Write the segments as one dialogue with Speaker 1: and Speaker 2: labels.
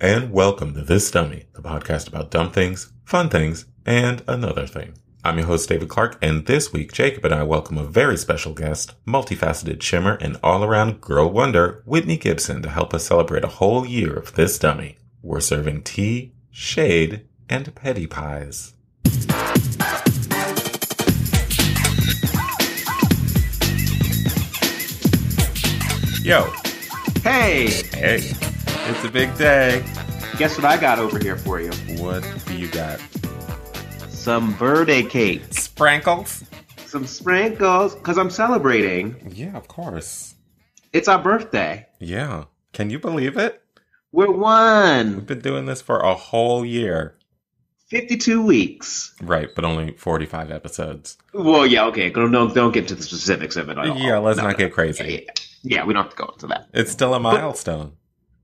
Speaker 1: and welcome to This Dummy, the podcast about dumb things, fun things, and another thing. I'm your host, David Clark, and this week, Jacob and I welcome a very special guest, multifaceted shimmer and all around girl wonder, Whitney Gibson, to help us celebrate a whole year of This Dummy. We're serving tea, shade, and petty pies. Yo,
Speaker 2: Hey,
Speaker 1: hey, it's a big day.
Speaker 2: guess what I got over here for you?
Speaker 1: What do you got?
Speaker 2: Some birthday cake,
Speaker 1: Sprinkles?
Speaker 2: some sprinkles, because I'm celebrating.
Speaker 1: Yeah, of course.
Speaker 2: It's our birthday.
Speaker 1: Yeah. Can you believe it?
Speaker 2: We're
Speaker 1: We've
Speaker 2: one.
Speaker 1: been doing this for a whole year.
Speaker 2: 52 weeks.
Speaker 1: Right, but only 45 episodes.
Speaker 2: Well, yeah, okay. Don't, don't, don't get to the specifics of it at all.
Speaker 1: yeah, let's
Speaker 2: Oh, No,
Speaker 1: not
Speaker 2: no.
Speaker 1: get crazy.
Speaker 2: Yeah, yeah, yeah, we don't have to go into that.
Speaker 1: It's still a milestone.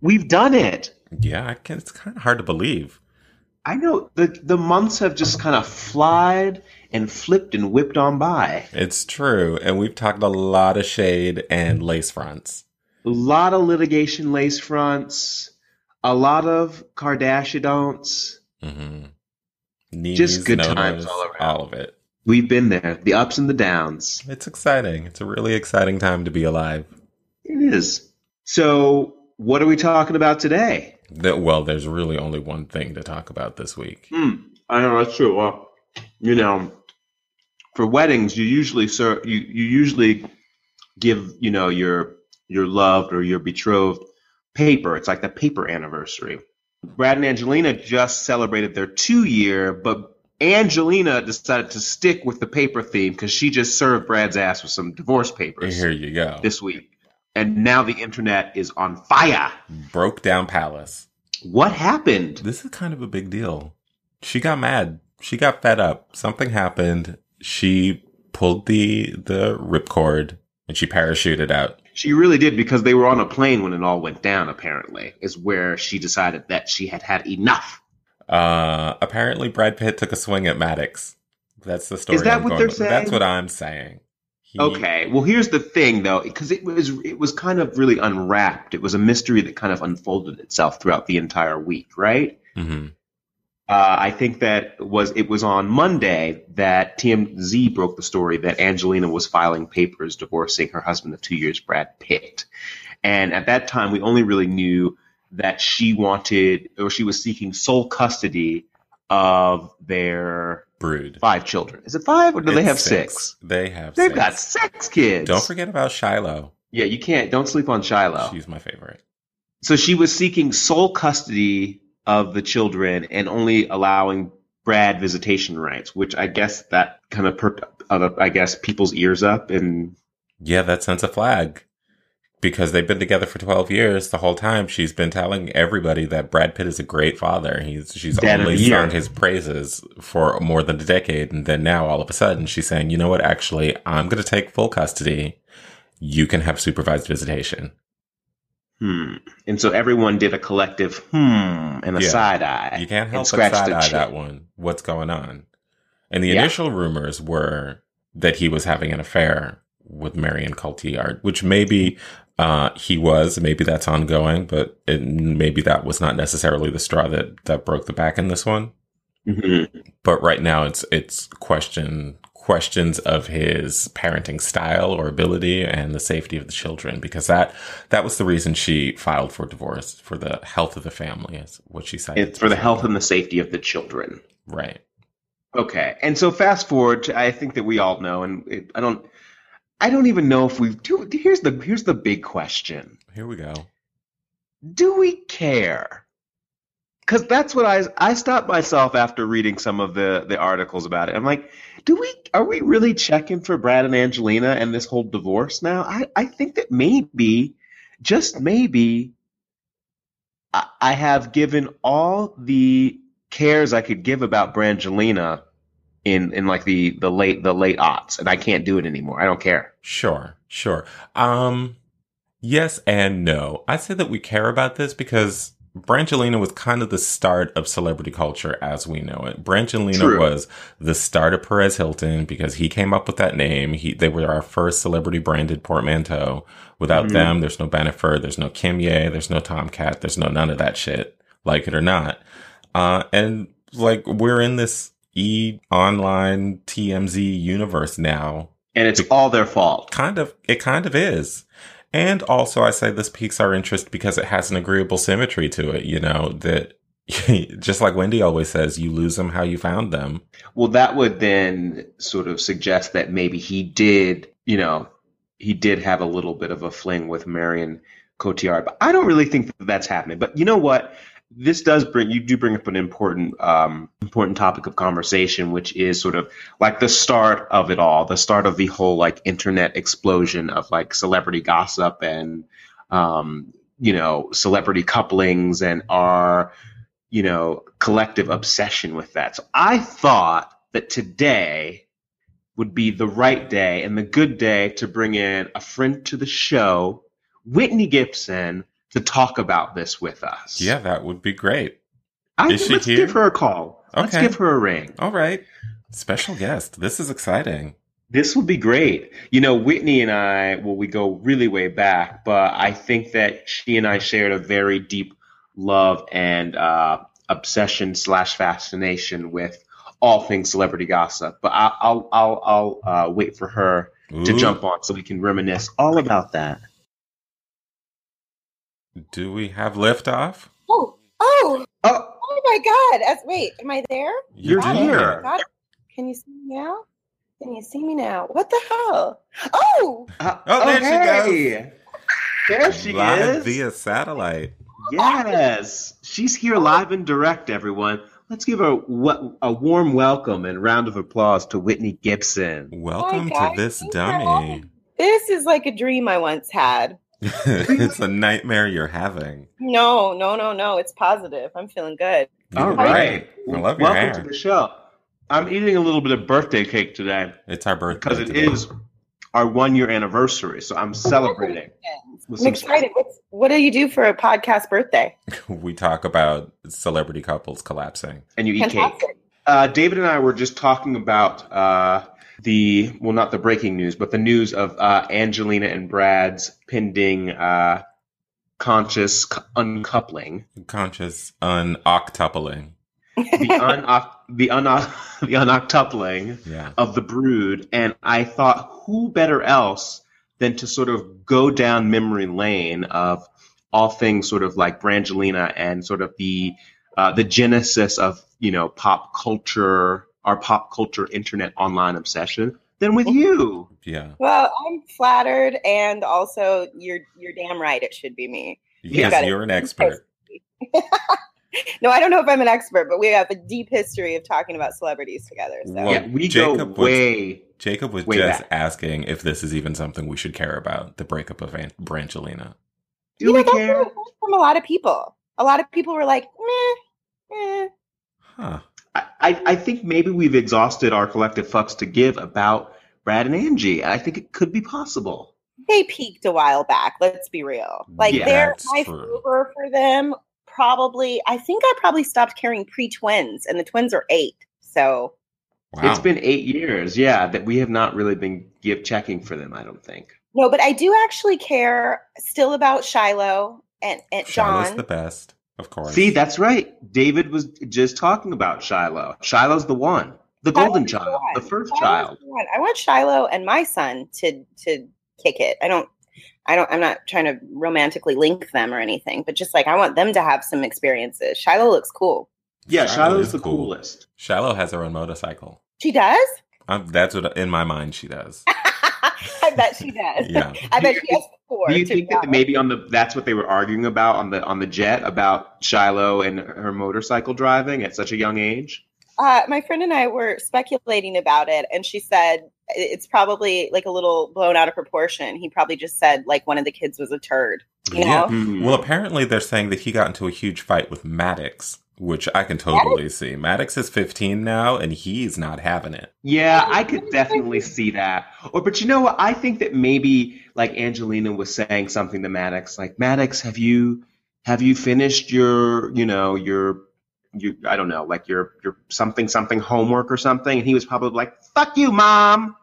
Speaker 2: We've done it.
Speaker 1: yeah, I can, it's kind of hard to believe.
Speaker 2: I know the, the months have just kind of flied and flipped and whipped on by.
Speaker 1: It's true. And we've talked a lot of shade and lace fronts.
Speaker 2: A lot of litigation lace fronts, a lot of Kardashians.
Speaker 1: Mm-hmm. Knees,
Speaker 2: Just good
Speaker 1: nodos,
Speaker 2: times all around.
Speaker 1: All of it.
Speaker 2: We've been there, the ups and the downs.
Speaker 1: It's exciting. It's a really exciting time to be alive.
Speaker 2: It is. So, what are we talking about today?
Speaker 1: That, well, there's really only one thing to talk about this week.
Speaker 2: Hmm. I know that's true. Well, you know, for weddings, you usually sir, you you usually give you know your your loved or your betrothed paper. It's like the paper anniversary. Brad and Angelina just celebrated their two year, but Angelina decided to stick with the paper theme because she just served Brad's ass with some divorce papers
Speaker 1: Here you go.
Speaker 2: this week, and now the internet is on fire.
Speaker 1: Broke down palace.
Speaker 2: What happened?
Speaker 1: This is kind of a big deal. She got mad. She got fed up. Something happened. She pulled the the ripcord and she parachuted out.
Speaker 2: She really did because they were on a plane when it all went down, apparently, is where she decided that she had had enough.
Speaker 1: Uh apparently Brad Pitt took a swing at Maddox. That's the story.
Speaker 2: Is that
Speaker 1: I'm
Speaker 2: what
Speaker 1: going
Speaker 2: they're
Speaker 1: with. That's
Speaker 2: saying?
Speaker 1: what I'm saying. He-
Speaker 2: Okay, well, here's the thing, though, because it was it was kind of really unwrapped. It was a mystery that kind of unfolded itself throughout the entire week, right?
Speaker 1: Mhm.
Speaker 2: Uh, I think that was it was on Monday that TMZ broke the story that Angelina was filing papers divorcing her husband of two years, Brad Pitt. And at that time, we only really knew that she wanted or she was seeking sole custody of their
Speaker 1: Brood.
Speaker 2: five children. Is it five or do they
Speaker 1: It's
Speaker 2: have 6
Speaker 1: They have
Speaker 2: they They've
Speaker 1: six.
Speaker 2: got six kids.
Speaker 1: Don't forget about Shiloh.
Speaker 2: Yeah, you can't. Don't sleep on Shiloh.
Speaker 1: She's my favorite.
Speaker 2: So she was seeking sole custody of the children and only allowing Brad visitation rights, which I guess that kind of perked, uh, I guess, people's ears up. And
Speaker 1: Yeah, that sends a flag. Because they've been together for twelve years, the whole time she's been telling everybody that Brad Pitt is a great father. He's she's
Speaker 2: Dad of
Speaker 1: only
Speaker 2: the year.
Speaker 1: sung his praises for more than a decade, and then now all of a sudden she's saying, "You know what? Actually, I'm going to take full custody. You can have supervised visitation."
Speaker 2: hmm. And so everyone did a collective hmm and a
Speaker 1: Yeah.
Speaker 2: side eye.
Speaker 1: You can't
Speaker 2: and
Speaker 1: help but
Speaker 2: scratched
Speaker 1: side
Speaker 2: the
Speaker 1: eye
Speaker 2: chin.
Speaker 1: that one. What's going on? And the
Speaker 2: Yeah.
Speaker 1: initial rumors were that he was having an affair with Marion Cotillard, which maybe uh, he was, maybe that's ongoing, but it, maybe that was not necessarily the straw that that broke the back in this one.
Speaker 2: Mhm.
Speaker 1: But right now, it's it's question questions of his parenting style or ability and the safety of the children because that that was the reason she filed for divorce for the health of the family is what she cited
Speaker 2: It's for the health
Speaker 1: specifically.
Speaker 2: and the safety of the children.
Speaker 1: Right.
Speaker 2: Okay, and so fast forward. To, I think that we all know, and it, I don't, I don't even know if we do. Here's the here's the big question:
Speaker 1: Here we go.
Speaker 2: Do we care? Because that's what I I stopped myself after reading some of the the articles about it. I'm like, do we are we really checking for Brad and Angelina and this whole divorce now? I I think that maybe, just maybe, I, I have given all the cares I could give about Brangelina in in like the the late the late aughts, and I can't do it anymore. I don't care.
Speaker 1: Sure. Sure. Um yes and no. I say that we care about this because Brangelina was kind of the start of celebrity culture as we know it. Brangelina
Speaker 2: True.
Speaker 1: was the start of Perez Hilton because he came up with that name. He they were our first celebrity branded portmanteau. Without
Speaker 2: Mhm.
Speaker 1: them, there's no Benifer, there's no Kimye, there's no Tomcat, there's no none of that shit. like it or not. Uh, and like we're in this e online TMZ universe now.
Speaker 2: And it's all their fault.
Speaker 1: Kind of, it kind of is. And also, I say this piques our interest because it has an agreeable symmetry to it, you know, that just like Wendy always says, you lose them how you found them.
Speaker 2: Well, that would then sort of suggest that maybe he did, you know, he did have a little bit of a fling with Marion Cotillard, but I don't really think that that's happening. But you know what? This does bring you do bring up an important um, important topic of conversation, which is sort of like the start of it all, the start of the whole like internet explosion of like celebrity gossip and um, you know celebrity couplings and our you know collective obsession with that. So I thought that today would be the right day and the good day to bring in a friend to the show, Whitney Gibson, to talk about this with us.
Speaker 1: Yeah, that would be great.
Speaker 2: I
Speaker 1: Is
Speaker 2: think
Speaker 1: she
Speaker 2: let's
Speaker 1: here?
Speaker 2: give her a call. Let's
Speaker 1: Okay.
Speaker 2: give her a ring.
Speaker 1: All right. Special guest. This is exciting.
Speaker 2: This would be great. You know, Whitney and I, well, we go really way back, but I think that she and I shared a very deep love and uh, obsession slash fascination with all things celebrity gossip. But I, I'll I'll I'll uh, wait for her to
Speaker 1: Ooh,
Speaker 2: jump on so we can reminisce all about that.
Speaker 1: Do we have liftoff?
Speaker 3: Oh, oh,
Speaker 2: Oh,
Speaker 3: oh my God! As wait, am I there?
Speaker 2: You're
Speaker 3: Got it.
Speaker 2: here.
Speaker 3: Got it. Can you see me now? Can you see me now? What the hell? Oh,
Speaker 2: uh,
Speaker 1: Oh, there she
Speaker 2: hey. There she
Speaker 1: Live
Speaker 2: is.
Speaker 1: via satellite.
Speaker 2: Yes, she's here live and direct, everyone. Let's give her wa- a warm welcome and round of applause to Whitney Gibson.
Speaker 1: Welcome to
Speaker 3: guys.
Speaker 1: this
Speaker 3: Thanks for
Speaker 1: dummy.
Speaker 3: having this is like a dream I once had.
Speaker 1: it's a nightmare you're having.
Speaker 3: No, no, no, no. It's positive. I'm feeling good.
Speaker 2: All right.
Speaker 1: I love your
Speaker 2: welcome
Speaker 1: hair.
Speaker 2: to the show. I'm eating a little bit of birthday cake today
Speaker 1: It's our birthday.
Speaker 2: because it
Speaker 1: today.
Speaker 2: is our one year anniversary, so I'm celebrating. With
Speaker 3: I'm
Speaker 2: some-
Speaker 3: excited. What's, what do you do for a podcast birthday?
Speaker 1: We talk about celebrity couples collapsing.
Speaker 2: And you eat cake.
Speaker 3: Fantastic.
Speaker 2: Uh, David and I were just talking about uh, the well, not the breaking news, but the news of uh, Angelina and Brad's pending uh, conscious c- uncoupling,
Speaker 1: Conscious unoctupling.
Speaker 2: the unoc- the unoc- the unoctupling
Speaker 1: Yeah.
Speaker 2: of the brood, and I thought, who better else than to sort of go down memory lane of all things sort of like Brangelina and sort of the uh, the genesis of you know pop culture, our pop culture internet online obsession, than
Speaker 1: Oh,
Speaker 2: with you.
Speaker 1: Yeah.
Speaker 3: Well, I'm flattered, and also you're you're damn right. It should be me.
Speaker 1: Because
Speaker 3: got it.
Speaker 1: you're an expert.
Speaker 3: No, I don't know if I'm an expert, but we have a deep history of talking about celebrities together. So.
Speaker 1: Well,
Speaker 2: yeah, we go
Speaker 1: Jacob was-
Speaker 2: way.
Speaker 1: Jacob was
Speaker 2: Way
Speaker 1: just
Speaker 2: back.
Speaker 1: asking if this is even something we should care about the breakup of Aunt Brangelina.
Speaker 2: Do
Speaker 3: you
Speaker 2: we
Speaker 3: know, that's
Speaker 2: care?
Speaker 3: what I heard from a lot of people. A lot of people were like, meh, meh.
Speaker 1: Huh.
Speaker 2: I, I I think maybe we've exhausted our collective fucks to give about Brad and Angie, and I think it could be possible.
Speaker 3: They peaked a while back. Let's be real. Like
Speaker 2: Yeah,
Speaker 3: they're
Speaker 1: that's
Speaker 3: my
Speaker 1: true.
Speaker 3: over for them. Probably, I think I probably stopped carrying pre twins, and the twins are eight. So
Speaker 1: Wow.
Speaker 2: It's been eight years, yeah, that we have not really been give checking for them. I don't think.
Speaker 3: no, but I do actually care still about Shiloh and, and
Speaker 1: Shiloh's
Speaker 3: John.
Speaker 1: the best, of course.
Speaker 2: See, that's right. David was just talking about Shiloh. Shiloh's the one, the golden
Speaker 3: Shiloh's the
Speaker 2: child,
Speaker 3: one.
Speaker 2: the first
Speaker 3: Shiloh's
Speaker 2: child.
Speaker 3: the one. I want Shiloh and my son to to kick it. I don't I don't I'm not trying to romantically link them or anything, but just like I want them to have some experiences. Shiloh looks cool.
Speaker 2: Yeah, Shiloh's
Speaker 1: is
Speaker 2: the
Speaker 1: cool.
Speaker 2: coolest.
Speaker 1: Shiloh has her own motorcycle.
Speaker 3: She does?
Speaker 1: Um, that's what, in my mind, she does.
Speaker 3: I bet she does.
Speaker 1: Yeah.
Speaker 3: I bet she has four.
Speaker 2: Do you
Speaker 3: to
Speaker 2: think
Speaker 3: be
Speaker 2: that
Speaker 3: honest.
Speaker 2: maybe on the that's what they were arguing about on the on the jet about Shiloh and her motorcycle driving at such a young age?
Speaker 3: Uh, my friend and I were speculating about it, and she said it's probably like a little blown out of proportion. He probably just said like one of the kids was a turd. You
Speaker 1: Yeah.
Speaker 3: know?
Speaker 1: Well, apparently they're saying that he got into a huge fight with Maddox, which I can totally see. Maddox is 15 now, and he's not having it.
Speaker 2: Yeah, I could definitely see that. Or, but you know what? I think that maybe like Angelina was saying something to Maddox, like Maddox, have you have you finished your you know your you I don't know, like your your something something homework or something, and he was probably like, "Fuck you, mom,"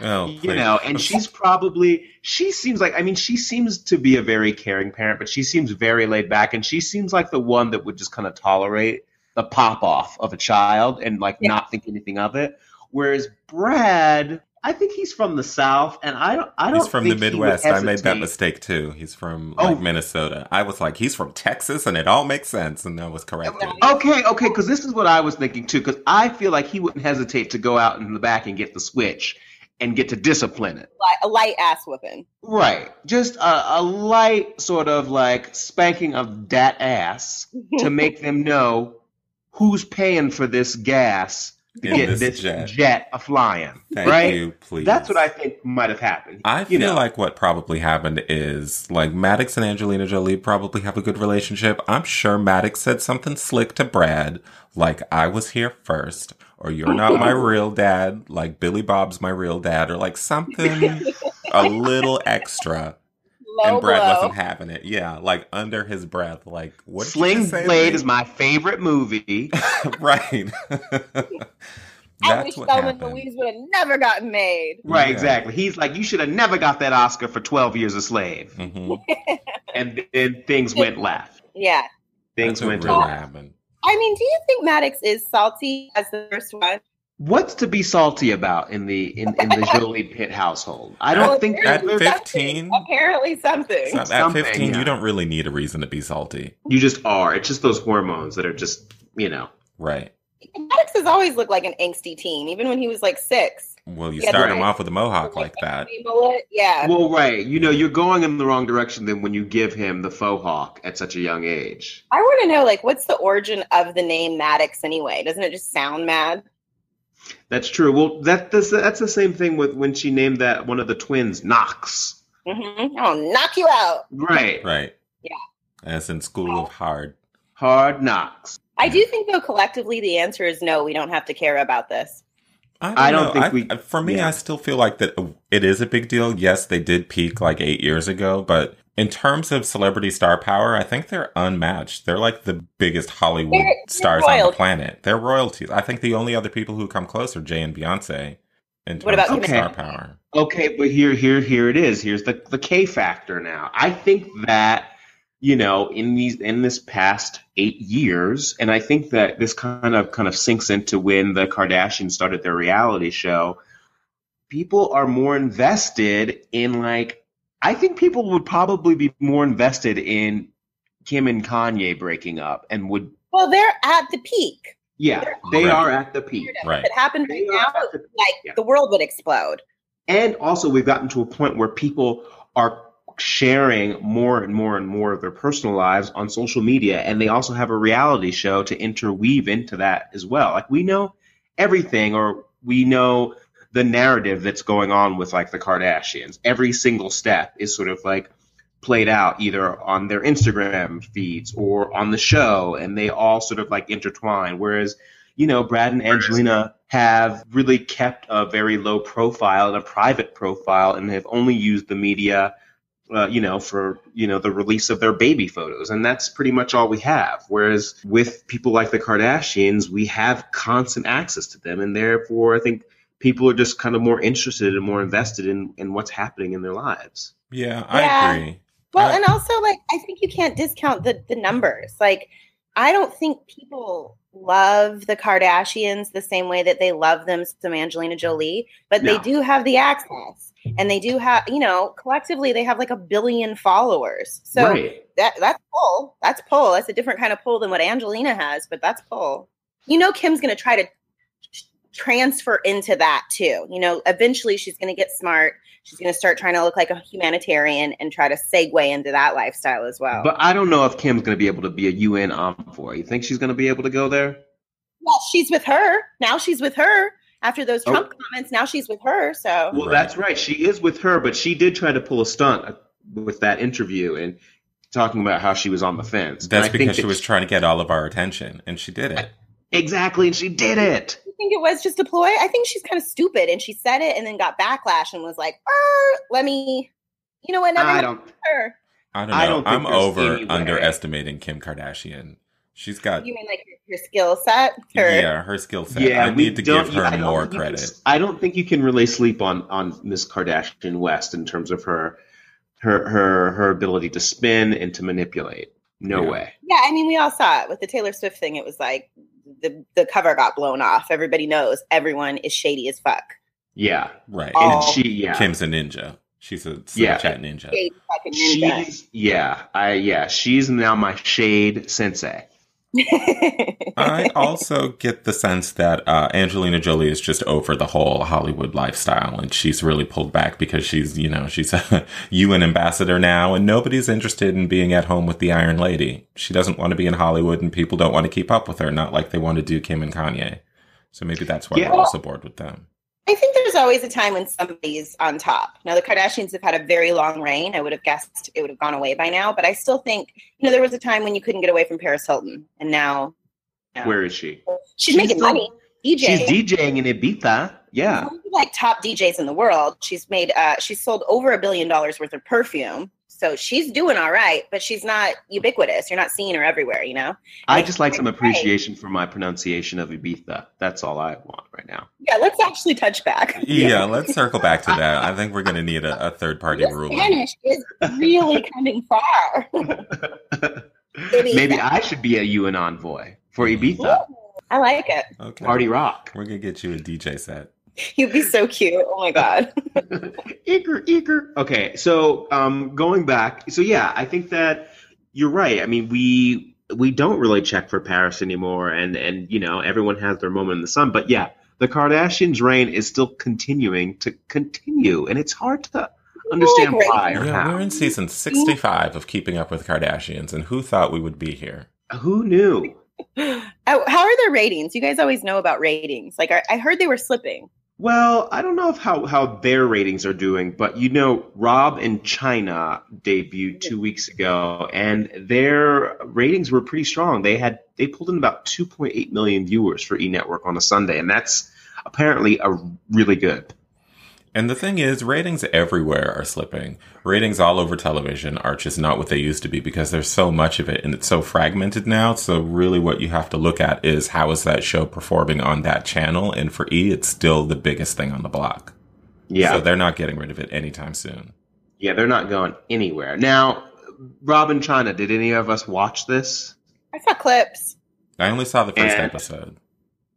Speaker 1: Oh,
Speaker 2: you know. And she's probably she seems like I mean she seems to be a very caring parent, but she seems very laid back, and she seems like the one that would just kind of tolerate the pop off of a child and like
Speaker 3: Yeah.
Speaker 2: not think anything of it. Whereas Brad, I think he's from the South, and I don't I don't
Speaker 1: He's from the
Speaker 2: think he would
Speaker 1: Midwest. I made that
Speaker 2: hesitate.
Speaker 1: mistake too. He's from
Speaker 2: Oh.
Speaker 1: like Minnesota. I was like, he's from Texas, and it all makes sense. And I was corrected.
Speaker 2: Okay, okay, because this is what I was thinking too. Because I feel like he wouldn't hesitate to go out in the back and get the switch and get to discipline it.
Speaker 3: Li- a light ass whooping.
Speaker 2: Right, just a, a light sort of like spanking of dat ass to make them know who's paying for this gas to
Speaker 1: In
Speaker 2: get
Speaker 1: this
Speaker 2: this,
Speaker 1: jet.
Speaker 2: jet, a flying.
Speaker 1: Thank
Speaker 2: right?
Speaker 1: you, please.
Speaker 2: That's what I think might have happened.
Speaker 1: I
Speaker 2: you
Speaker 1: feel
Speaker 2: know.
Speaker 1: like what probably happened is like Maddox and Angelina Jolie probably have a good relationship. I'm sure Maddox said something slick to Brad, like, I was here first, or you're not my real dad, like Billy Bob's my real dad, or like something a little extra.
Speaker 3: Low
Speaker 1: and Brad
Speaker 3: blow.
Speaker 1: wasn't having it. Yeah, like under his breath, like, what did you
Speaker 2: Sling
Speaker 1: just say to
Speaker 2: Blade
Speaker 1: me?
Speaker 2: is my favorite movie.
Speaker 1: right.
Speaker 3: I wish
Speaker 1: That's what
Speaker 3: Thelma
Speaker 1: happened.
Speaker 3: and Louise would have never gotten made.
Speaker 2: right,
Speaker 1: Yeah.
Speaker 2: exactly. He's like, you should have never got that Oscar for Twelve Years a Slave,
Speaker 1: Mhm.
Speaker 2: and then things went left.
Speaker 3: Yeah.
Speaker 2: Things
Speaker 1: That's what
Speaker 2: went
Speaker 1: really
Speaker 2: left.
Speaker 1: happened.
Speaker 3: I mean, do you think Maddox is salty as the first one?
Speaker 2: What's to be salty about in the in, in the Jolie Pitt household? I
Speaker 1: Well,
Speaker 2: don't think
Speaker 1: at
Speaker 2: that
Speaker 3: Apparently
Speaker 2: there's-
Speaker 3: something.
Speaker 1: 15?
Speaker 3: Apparently something.
Speaker 1: So at
Speaker 2: Something,
Speaker 1: 15, you
Speaker 2: yeah.
Speaker 1: don't really need a reason to be salty.
Speaker 2: you just are. It's just those hormones that are just you know.
Speaker 1: Right.
Speaker 3: Maddox has always looked like an angsty teen, even when he was like six.
Speaker 1: Well, you
Speaker 3: Yeah,
Speaker 1: start
Speaker 2: right.
Speaker 1: him off with a mohawk like that.
Speaker 3: Hey, mullet, Yeah.
Speaker 2: Uh, Well, right. You know, you're going in the wrong direction than when you give him the faux hawk at such a young age.
Speaker 3: I want to know, like, what's the origin of the name Maddox anyway? Doesn't it just sound mad?
Speaker 2: That's true. Well, that this, that's the same thing with when she named that one of the twins Knox.
Speaker 3: Mm-hmm. I'll knock you out.
Speaker 2: Right.
Speaker 1: Right.
Speaker 3: Yeah.
Speaker 1: As in school of hard.
Speaker 2: Hard Knox.
Speaker 3: I do think, though, collectively, the answer is no, we don't have to care about this.
Speaker 2: I don't think we-
Speaker 1: For me,
Speaker 2: yeah.
Speaker 1: I still feel like that it is a big deal. Yes, they did peak like eight years ago, but in terms of celebrity star power, I think they're unmatched. They're like the biggest Hollywood
Speaker 3: They're- they're
Speaker 1: stars on the
Speaker 3: royalty.
Speaker 1: planet. They're royalties. I think the only other people who come close are Jay and Beyonce in terms
Speaker 3: What about
Speaker 1: of
Speaker 2: Kim
Speaker 1: star
Speaker 3: Kardashian?
Speaker 1: power.
Speaker 2: Okay, but here, here, here it is. Here's the the K factor now. I think that you know in these in this past eight years, and I think that this kind of kind of sinks into when the Kardashians started their reality show. People are more invested in like I think people would probably be more invested in Kim and Kanye breaking up, and would
Speaker 3: Well, they're at the peak.
Speaker 2: yeah, they
Speaker 1: Right.
Speaker 2: are at the peak.
Speaker 1: Right.
Speaker 3: If it happened right
Speaker 2: They are
Speaker 3: now,
Speaker 2: at the
Speaker 3: like,
Speaker 2: Yeah.
Speaker 3: the world would explode.
Speaker 2: And also, we've gotten to a point where people are sharing more and more and more of their personal lives on social media, and they also have a reality show to interweave into that as well. Like, we know everything, or we know the narrative that's going on with like the Kardashians. Every single step is sort of like played out either on their Instagram feeds or on the show, and they all sort of like intertwine. Whereas you know, Brad and Angelina have really kept a very low profile and a private profile and have only used the media, uh, you know, for, you know, the release of their baby photos. And that's pretty much all we have. Whereas with people like the Kardashians, we have constant access to them. And therefore, I think people are just kind of more interested and more invested in, in what's happening in their lives.
Speaker 1: Yeah,
Speaker 3: Yeah.
Speaker 1: I agree.
Speaker 3: Well,
Speaker 1: I-
Speaker 3: and also like I think you can't discount the the numbers. Like I don't think people love the Kardashians the same way that they love them some Angelina Jolie, but
Speaker 2: No.
Speaker 3: they do have the access and they do have, you know, collectively they have like a billion followers. So
Speaker 2: right.
Speaker 3: that that's pull. That's pull. That's a different kind of pull than what Angelina has, but that's pull. You know, Kim's going to try to t- transfer into that too. You know, eventually she's going to get smart. She's going to start trying to look like a humanitarian and try to segue into that lifestyle as well.
Speaker 2: But I don't know if Kim's going to be able to be a UN envoy. You think she's going to be able to go there?
Speaker 3: well, she's with her now. She's with her after those
Speaker 2: Oh.
Speaker 3: Trump comments. Now she's with her. So
Speaker 2: Well,
Speaker 1: Right.
Speaker 2: that's right. She is with her, but she did try to pull a stunt uh, with that interview and talking about how she was on the fence.
Speaker 1: That's
Speaker 2: And I think
Speaker 1: because she
Speaker 2: that
Speaker 1: was trying to get all of our attention, and she did it.
Speaker 2: exactly, and she did it.
Speaker 3: you think it was just a ploy? I think she's kind of stupid, and she said it, and then got backlash, and was like, "Er, let me." You know what? Never
Speaker 2: I
Speaker 3: mind
Speaker 2: don't.
Speaker 3: her.
Speaker 1: I don't know.
Speaker 2: I
Speaker 1: I
Speaker 2: don't think
Speaker 1: am
Speaker 2: there's
Speaker 1: over
Speaker 2: any way.
Speaker 1: underestimating Kim Kardashian. She's got
Speaker 3: You mean like your, your skill set? Or,
Speaker 1: yeah, her skill set. I
Speaker 2: we
Speaker 1: need to
Speaker 2: don't-
Speaker 1: give
Speaker 2: yeah, I
Speaker 1: her
Speaker 2: don't
Speaker 1: more
Speaker 2: think you can
Speaker 1: credit.
Speaker 2: s- I don't think you can really sleep on on Miss Kardashian West in terms of her her her her ability to spin and to manipulate. No
Speaker 1: Yeah.
Speaker 2: way.
Speaker 3: Yeah, I mean, we all saw it with the Taylor Swift thing. It was like the the cover got blown off. Everybody knows everyone is shady as fuck.
Speaker 2: Yeah,
Speaker 1: Right.
Speaker 3: Oh.
Speaker 2: and she yeah
Speaker 1: Kim's a ninja. She's a Snapchat
Speaker 2: Yeah.
Speaker 1: ninja.
Speaker 3: Shady fucking ninja.
Speaker 2: she's yeah I yeah she's now my shade sensei.
Speaker 1: I also get the sense that uh, Angelina Jolie is just over the whole Hollywood lifestyle, and she's really pulled back because she's, you know, she's a UN ambassador now, and nobody's interested in being at home with the Iron Lady. She doesn't want to be in Hollywood, and people don't want to keep up with her, not like they want to do Kim and Kanye. So maybe that's why
Speaker 2: Yeah.
Speaker 1: we're also bored with them.
Speaker 3: I think there's always a time when somebody's on top. Now the Kardashians have had a very long reign. I would have guessed it would have gone away by now, but I still think you know there was a time when you couldn't get away from Paris Hilton, and now Yeah.
Speaker 2: Where is she?
Speaker 3: she's,
Speaker 2: She's
Speaker 3: making
Speaker 2: still-
Speaker 3: money. E DJ,
Speaker 2: She's DJing in Ibiza. Yeah.
Speaker 3: One of the, like top DJs in the world. She's made uh she's sold over a billion dollars worth of perfume. So she's doing all right, but she's not ubiquitous. You're not seeing her everywhere, you know?
Speaker 2: I just like some appreciation for my pronunciation of Ibiza. That's all I want right now.
Speaker 3: Yeah, let's actually touch back.
Speaker 1: Yeah, let's circle back to that. I think we're going to need a, a third party
Speaker 3: Your
Speaker 1: ruling.
Speaker 3: Spanish is really coming far. Ibiza.
Speaker 2: Maybe I should be a UN envoy for
Speaker 3: Mm-hmm.
Speaker 2: Ibiza.
Speaker 3: I like it.
Speaker 1: Okay.
Speaker 2: Party rock.
Speaker 1: We're going to get you a DJ set.
Speaker 3: You'd be so cute. Oh my god.
Speaker 2: Eager, eager. Okay, so um, going back, so yeah, I think that you're right. I mean, we we don't really check for Paris anymore, and and you know everyone has their moment in the sun, but yeah, the Kardashians' reign is still continuing to continue, and it's hard to understand
Speaker 3: Really?
Speaker 2: why or
Speaker 1: Yeah, we're
Speaker 2: how.
Speaker 1: in season 65 of Keeping Up with Kardashians, and who thought we would be here?
Speaker 2: Who knew?
Speaker 3: Oh, how are their ratings? You guys always know about ratings. Like I, I heard they were slipping.
Speaker 2: Well, I don't know if how, how their ratings are doing, but you know, Rob and China debuted two weeks ago, and their ratings were pretty strong. They had they pulled in about 2.8 million viewers for E Network on a Sunday, and that's apparently a really good.
Speaker 1: And the thing is, ratings everywhere are slipping. Ratings all over television are just not what they used to be because there's so much of it and it's so fragmented now. So really what you have to look at is how is that show performing on that channel? And for E, it's still the biggest thing on the block.
Speaker 2: Yeah,
Speaker 1: So they're not getting rid of it anytime soon.
Speaker 2: yeah, they're not going anywhere now. Rob and China, did any of us watch this?
Speaker 3: I saw clips.
Speaker 1: I only saw the first
Speaker 2: And-
Speaker 1: episode.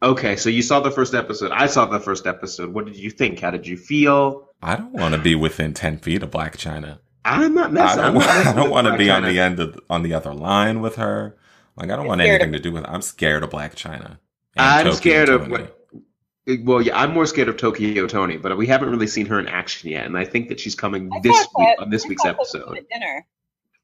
Speaker 2: Okay, so you saw the first episode. I saw the first episode. What did you think? How did you feel?
Speaker 1: I don't want to be within 10 feet of Black China.
Speaker 2: I'm
Speaker 1: I
Speaker 2: not messing.
Speaker 1: don't,
Speaker 2: I'm not messing
Speaker 1: I don't
Speaker 2: with
Speaker 1: want to
Speaker 2: Black
Speaker 1: be on
Speaker 2: China.
Speaker 1: the end of on the other line with her. Like I don't
Speaker 3: You're
Speaker 1: want
Speaker 3: scared
Speaker 1: anything to do with. I'm scared of Black China. and
Speaker 2: I'm
Speaker 1: Tokyo
Speaker 2: scared of
Speaker 1: Tony.
Speaker 2: what- Well, yeah, I'm more scared of Tokyo Tony, but we haven't really seen her in action yet, and I think that she's coming
Speaker 3: I
Speaker 2: this
Speaker 3: saw
Speaker 2: week
Speaker 3: clips.
Speaker 2: on this
Speaker 3: I
Speaker 2: week's
Speaker 3: saw clips of
Speaker 2: episode.
Speaker 3: the dinner.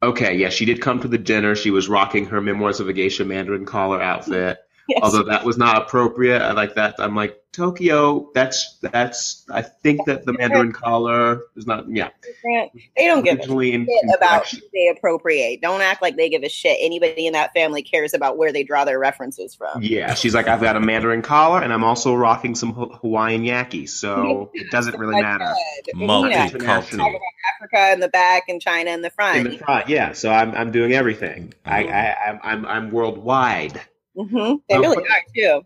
Speaker 2: Okay, yeah, she did come to the dinner. She was rocking her Memoirs of a Geisha Mandarin collar outfit,
Speaker 3: Yes.
Speaker 2: although that was not appropriate. I like that. I'm like Tokyo. That's that's. I think that the Mandarin collar is not. Yeah,
Speaker 3: they don't give a
Speaker 2: originally in, in
Speaker 3: shit about
Speaker 2: production.
Speaker 3: who they appropriate. Don't act like they give a shit. Anybody in that family cares about where they draw their references from.
Speaker 2: Yeah, she's like, I've got a Mandarin collar, and I'm also rocking some Ha- Hawaiian yaki, so it doesn't really
Speaker 3: Like
Speaker 2: matter.
Speaker 3: I said, you know,
Speaker 1: Multicultural.
Speaker 3: Africa in the back and China in the
Speaker 2: in
Speaker 3: front.
Speaker 2: the front. Yeah, so I'm I'm doing everything. I, I I'm I'm I'm worldwide.
Speaker 3: hmm They really are too.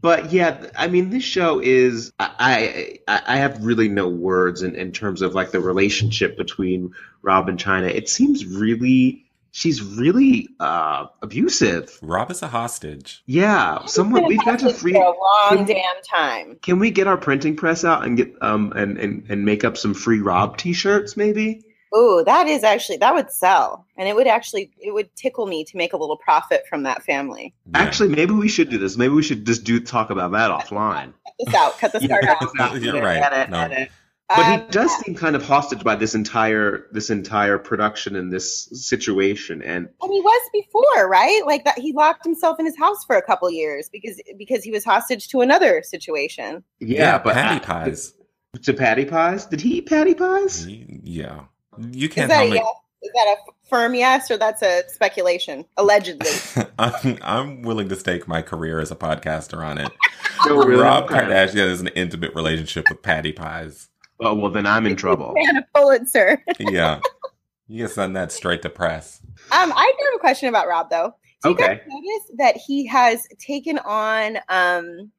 Speaker 2: But yeah, th- I mean, this show is I I, I have really no words in, in terms of like the relationship between Rob and China. It seems really she's really uh, abusive.
Speaker 1: Rob is a hostage.
Speaker 2: Yeah, someone
Speaker 3: It's been
Speaker 2: we've got to
Speaker 3: hostage
Speaker 2: free.
Speaker 3: for a long damn time.
Speaker 2: Can we get our printing press out and get um and and, and make up some free Rob T-shirts maybe?
Speaker 3: Ooh, that is actually that would sell, and it would actually it would tickle me to make a little profit from that family.
Speaker 1: Yeah.
Speaker 2: Actually, maybe we should do this. Maybe we should just do talk about that offline.
Speaker 3: Cut this out. Cut this
Speaker 2: Yeah,
Speaker 3: part out.
Speaker 1: You're right. No.
Speaker 2: But
Speaker 3: Um,
Speaker 2: he does seem kind of hostage by this entire this entire production and this situation. And
Speaker 3: and he was before right like that he locked himself in his house for a couple years because because he was hostage to another situation
Speaker 2: yeah, but
Speaker 1: patty
Speaker 2: I-
Speaker 1: pies.
Speaker 2: to patty pies. Did he eat patty pies?
Speaker 1: He- yeah, you
Speaker 3: is
Speaker 1: can't
Speaker 3: that
Speaker 1: tell
Speaker 3: a
Speaker 1: me.
Speaker 3: yes is that a firm yes or that's a speculation allegedly
Speaker 1: I'm, I'm willing to stake my career as a podcaster on it.
Speaker 2: No, really?
Speaker 1: Mm-hmm. Rob
Speaker 2: Okay.
Speaker 1: Kardashian has an intimate relationship with patty pies.
Speaker 2: Oh well, then I'm in trouble.
Speaker 3: and a pulitzer
Speaker 1: Yeah, you can send that straight to press.
Speaker 3: um i do have a question about rob though Do you
Speaker 2: Okay.
Speaker 3: guys notice that he has taken on um,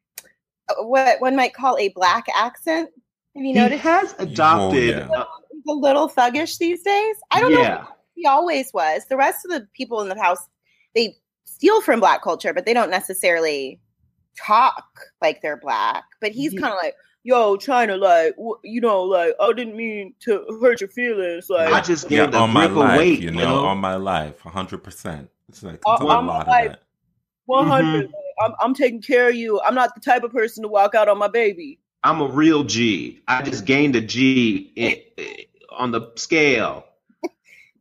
Speaker 3: what one might call a black accent? Have
Speaker 2: he
Speaker 3: you noticed?
Speaker 2: has adopted.
Speaker 1: yeah.
Speaker 2: uh,
Speaker 3: He's a little thuggish these days. I don't know
Speaker 2: yeah.
Speaker 3: if he always was. The rest of the people in the house, they steal from black culture, but they don't necessarily talk like they're black. But he's
Speaker 2: Ye-
Speaker 3: kind of like, yo, China, like, w- you know, like, I didn't mean to hurt your feelings. Like,
Speaker 2: I just
Speaker 1: Yeah,
Speaker 2: gained a
Speaker 1: on my
Speaker 2: brick of
Speaker 1: life,
Speaker 2: weight,
Speaker 1: you know, on my life, hundred percent. It's like it's
Speaker 3: On-
Speaker 1: a
Speaker 3: on my
Speaker 1: lot of
Speaker 3: life.
Speaker 1: that.
Speaker 3: 100
Speaker 1: Mm-hmm.
Speaker 3: I'm, I'm taking care of you. I'm not the type of person to walk out on my baby.
Speaker 2: I'm a real G. I just gained a G i- i- on the scale.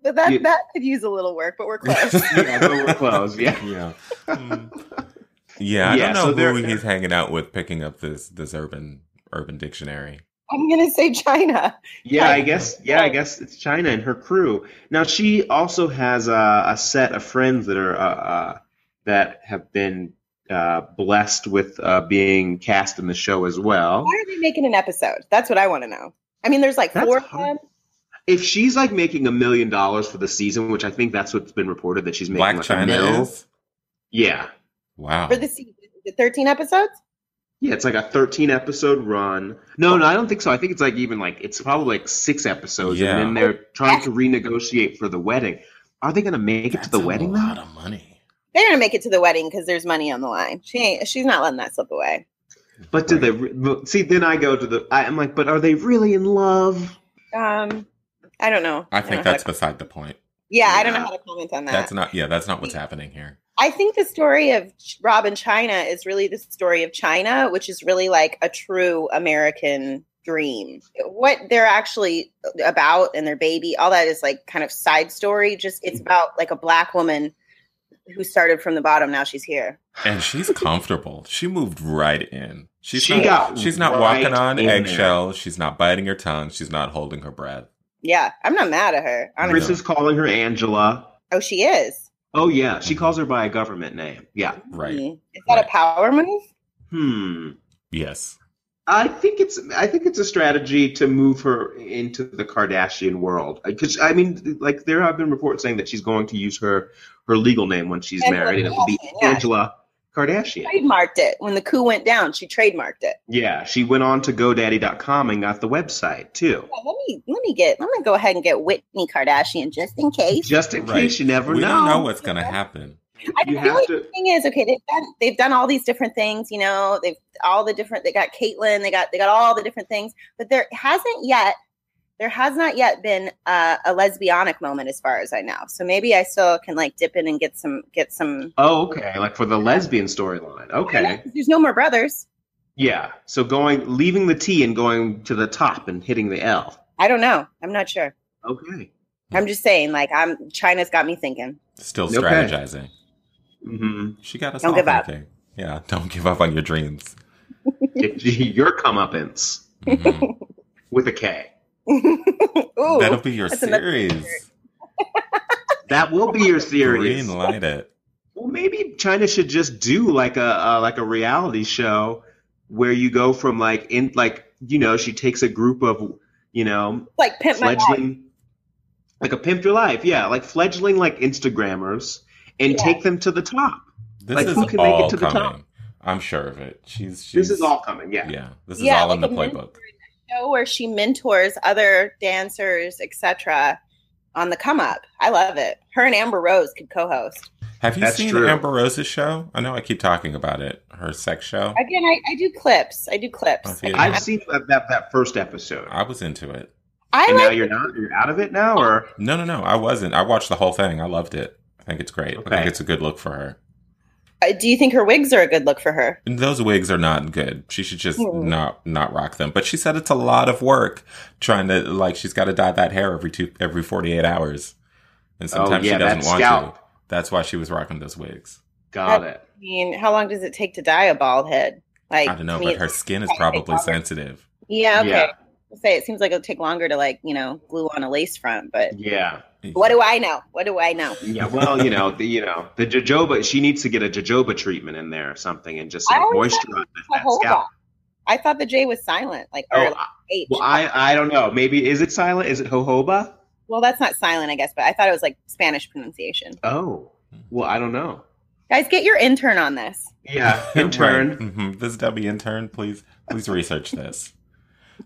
Speaker 3: But that
Speaker 2: Yeah.
Speaker 3: that could use a little work, but we're close.
Speaker 2: Yeah, but we're close, yeah.
Speaker 1: yeah. Mm. Yeah, I
Speaker 2: Yeah,
Speaker 1: don't know
Speaker 2: so they're-
Speaker 1: who he's hanging out with picking up this this urban urban dictionary.
Speaker 3: I'm gonna say China.
Speaker 2: Yeah, I
Speaker 3: Right.
Speaker 2: guess. Yeah, I guess it's China and her crew. Now she also has a, a set of friends that are uh, uh, that have been uh, blessed with uh, being cast in the show as well.
Speaker 3: Why are they making an episode? That's what I want to know. I mean, there's like
Speaker 2: That's
Speaker 3: four of
Speaker 2: hard.
Speaker 3: them.
Speaker 2: If she's like making a million dollars for the season, which I think that's what's been reported that she's making
Speaker 1: Black
Speaker 2: like a
Speaker 1: China
Speaker 2: mil.
Speaker 1: is
Speaker 2: Yeah,
Speaker 1: wow.
Speaker 3: for the season. Is it 13 episodes?
Speaker 2: yeah, it's like a thirteen episode run. No, no, I don't think so. I think it's like even like it's probably like six episodes,
Speaker 1: Yeah.
Speaker 2: and then they're trying to renegotiate for the wedding. Are they going to make it to the
Speaker 1: That's
Speaker 2: wedding?
Speaker 1: A
Speaker 2: though?
Speaker 1: lot of money.
Speaker 3: They're gonna make it to the wedding because there's money on the line. She ain't. She's not letting that slip away.
Speaker 2: But do they re- see? Then I go to the. I, I'm like, but are they really in love?
Speaker 3: Um, I don't know.
Speaker 1: I
Speaker 3: don't
Speaker 1: think
Speaker 3: know how
Speaker 1: that's
Speaker 3: to,
Speaker 1: beside the point.
Speaker 3: yeah, I don't know
Speaker 2: yeah.
Speaker 3: how to comment on that.
Speaker 1: That's not yeah, that's not what's happening here.
Speaker 3: I think the story of Ch- Rob and China is really the story of China, which is really like a true American dream. What they're actually uh, about and their baby, all that is like kind of side story. Just it's about like a black woman who started from the bottom. Now she's here.
Speaker 1: And she's comfortable. She moved right in. She's
Speaker 2: She
Speaker 1: not,
Speaker 2: got
Speaker 1: she's not
Speaker 2: right
Speaker 1: walking on
Speaker 2: in there.
Speaker 1: eggshells. She's not biting her tongue. She's not holding her breath.
Speaker 3: Yeah, I'm not mad at her. Honestly.
Speaker 2: Chris is calling her Angela.
Speaker 3: Oh, she is.
Speaker 2: Oh yeah, she calls her by a government name. Yeah.
Speaker 1: Right.
Speaker 3: Mhm. Is that a
Speaker 1: Right.
Speaker 3: power move?
Speaker 2: Hmm.
Speaker 1: Yes.
Speaker 2: I think it's I think it's a strategy to move her into the Kardashian world because I mean like there have been reports saying that she's going to use her her legal name when she's
Speaker 3: Angela
Speaker 2: married and it will be
Speaker 3: Kardashian, yeah.
Speaker 2: Angela Kardashian.
Speaker 3: Trademarked it when the coup went down. She trademarked it.
Speaker 2: Yeah, she went on to GoDaddy.com and got the website too.
Speaker 3: Yeah, let me let me get. I'm gonna go ahead and get Whitney Kardashian just in case.
Speaker 2: Just in
Speaker 1: Right.
Speaker 2: case you never
Speaker 1: we
Speaker 2: know.
Speaker 1: don't know what's gonna happen.
Speaker 3: I
Speaker 2: you
Speaker 3: feel
Speaker 2: have
Speaker 3: like
Speaker 2: to
Speaker 3: the thing is okay. They've done they've done all these different things. You know, they've all the different. They got Caitlyn. They got they got all the different things. But there hasn't yet. There has not yet been uh, a lesbianic moment as far as I know. So maybe I still can like dip in and get some get some.
Speaker 2: Oh, okay. Like for the lesbian storyline. Okay.
Speaker 3: 'Cause There's no more brothers.
Speaker 2: Yeah. So going, leaving the T and going to the top and hitting the L.
Speaker 3: I don't know. I'm not sure.
Speaker 2: Okay.
Speaker 3: I'm just saying. Like I'm. China's got me thinking.
Speaker 1: Still
Speaker 2: Okay.
Speaker 1: strategizing.
Speaker 2: Mm-hmm.
Speaker 1: She got us
Speaker 3: Don't
Speaker 1: all
Speaker 3: give up.
Speaker 1: thinking. Yeah, don't give up on your dreams.
Speaker 2: Your comeuppance
Speaker 1: Mhm.
Speaker 2: with a K.
Speaker 3: Ooh.
Speaker 1: That'll be your
Speaker 3: that's another
Speaker 1: series.
Speaker 2: That will be your series.
Speaker 1: Green light it.
Speaker 2: Well, maybe China should just do like a uh, like a reality show where you go from like in like you know she takes a group of you know
Speaker 3: like pimp my life.
Speaker 2: fledgling like a pimp your life yeah like fledgling like Instagrammers and
Speaker 3: Yeah.
Speaker 2: take them to the top.
Speaker 1: This
Speaker 2: Like,
Speaker 1: is
Speaker 2: who can make it
Speaker 1: all
Speaker 2: to the
Speaker 1: coming.
Speaker 2: top?
Speaker 1: I'm sure of it. She's, she's
Speaker 2: This is all coming. Yeah.
Speaker 1: Yeah, this
Speaker 3: Yeah,
Speaker 1: is all in the
Speaker 3: like a
Speaker 1: playbook.
Speaker 3: show where she mentors other dancers, etc., on the come up. I love it. Her and Amber Rose could co-host.
Speaker 1: Have you
Speaker 2: That's
Speaker 1: seen
Speaker 2: true.
Speaker 1: Amber Rose's show? I know I keep talking about it. Her sex show. I,
Speaker 3: Again, I, I do clips. I do clips.
Speaker 1: Okay.
Speaker 3: I,
Speaker 2: I've seen that that, that first episode.
Speaker 1: was into it.
Speaker 3: I
Speaker 2: and now
Speaker 3: like.
Speaker 2: you're not you're out of it now or
Speaker 1: No, no, no. I wasn't. I watched the whole thing. I loved it. I think it's great. I
Speaker 2: Okay.
Speaker 1: think it's a good look for her.
Speaker 3: uh, Do you think her wigs are a good look for her?
Speaker 1: And those wigs are not good. She should just
Speaker 3: Hmm.
Speaker 1: not not rock them. But she said it's a lot of work trying to like she's got to dye that hair every two every 48 hours. And sometimes
Speaker 2: Oh, yeah,
Speaker 1: she doesn't
Speaker 2: that
Speaker 1: want
Speaker 2: scalp.
Speaker 1: to. That's why she was rocking those wigs.
Speaker 2: got
Speaker 3: That-
Speaker 2: it
Speaker 3: I mean, how long does it take to dye a bald head? Like,
Speaker 1: I don't know,
Speaker 3: to me,
Speaker 1: but her skin is
Speaker 3: I think
Speaker 1: probably
Speaker 3: Robert-
Speaker 1: sensitive.
Speaker 3: Yeah. Okay.
Speaker 2: Yeah.
Speaker 3: I'll say it seems like it'll take longer to like you know glue on a lace front, but
Speaker 2: yeah
Speaker 3: what do I know? What do I know?
Speaker 2: yeah well you know the you know the jojoba she needs to get a jojoba treatment in there or something and just
Speaker 3: I
Speaker 2: like,
Speaker 3: always thought
Speaker 2: moisturize
Speaker 3: A
Speaker 2: that
Speaker 3: whole
Speaker 2: scalp
Speaker 3: lot. I thought the J was silent, like or
Speaker 2: oh
Speaker 3: like
Speaker 2: I-
Speaker 3: H.
Speaker 2: well i i don't know maybe is it silent is it jojoba
Speaker 1: Hmm.
Speaker 3: Well, that's not silent, I guess, but I thought it was like Spanish pronunciation.
Speaker 2: oh well i don't know
Speaker 3: Guys, get your intern on this.
Speaker 2: Yeah, intern.
Speaker 1: Right. Mhm. This W intern, please, please research this.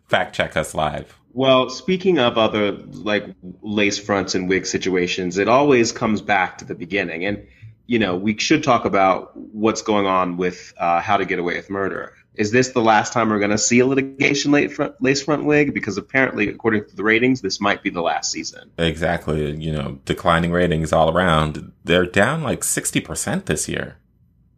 Speaker 1: Fact check us live.
Speaker 2: Well, speaking of other like lace fronts and wig situations, it always comes back to the beginning. And, you know, we should talk about what's going on with uh, how to get away with murder. Is this the last time we're going to see a litigation lace front, lace front wig? Because apparently, according to the ratings, this might be the last season.
Speaker 1: Exactly. You know, declining ratings all around. They're down like sixty percent this year.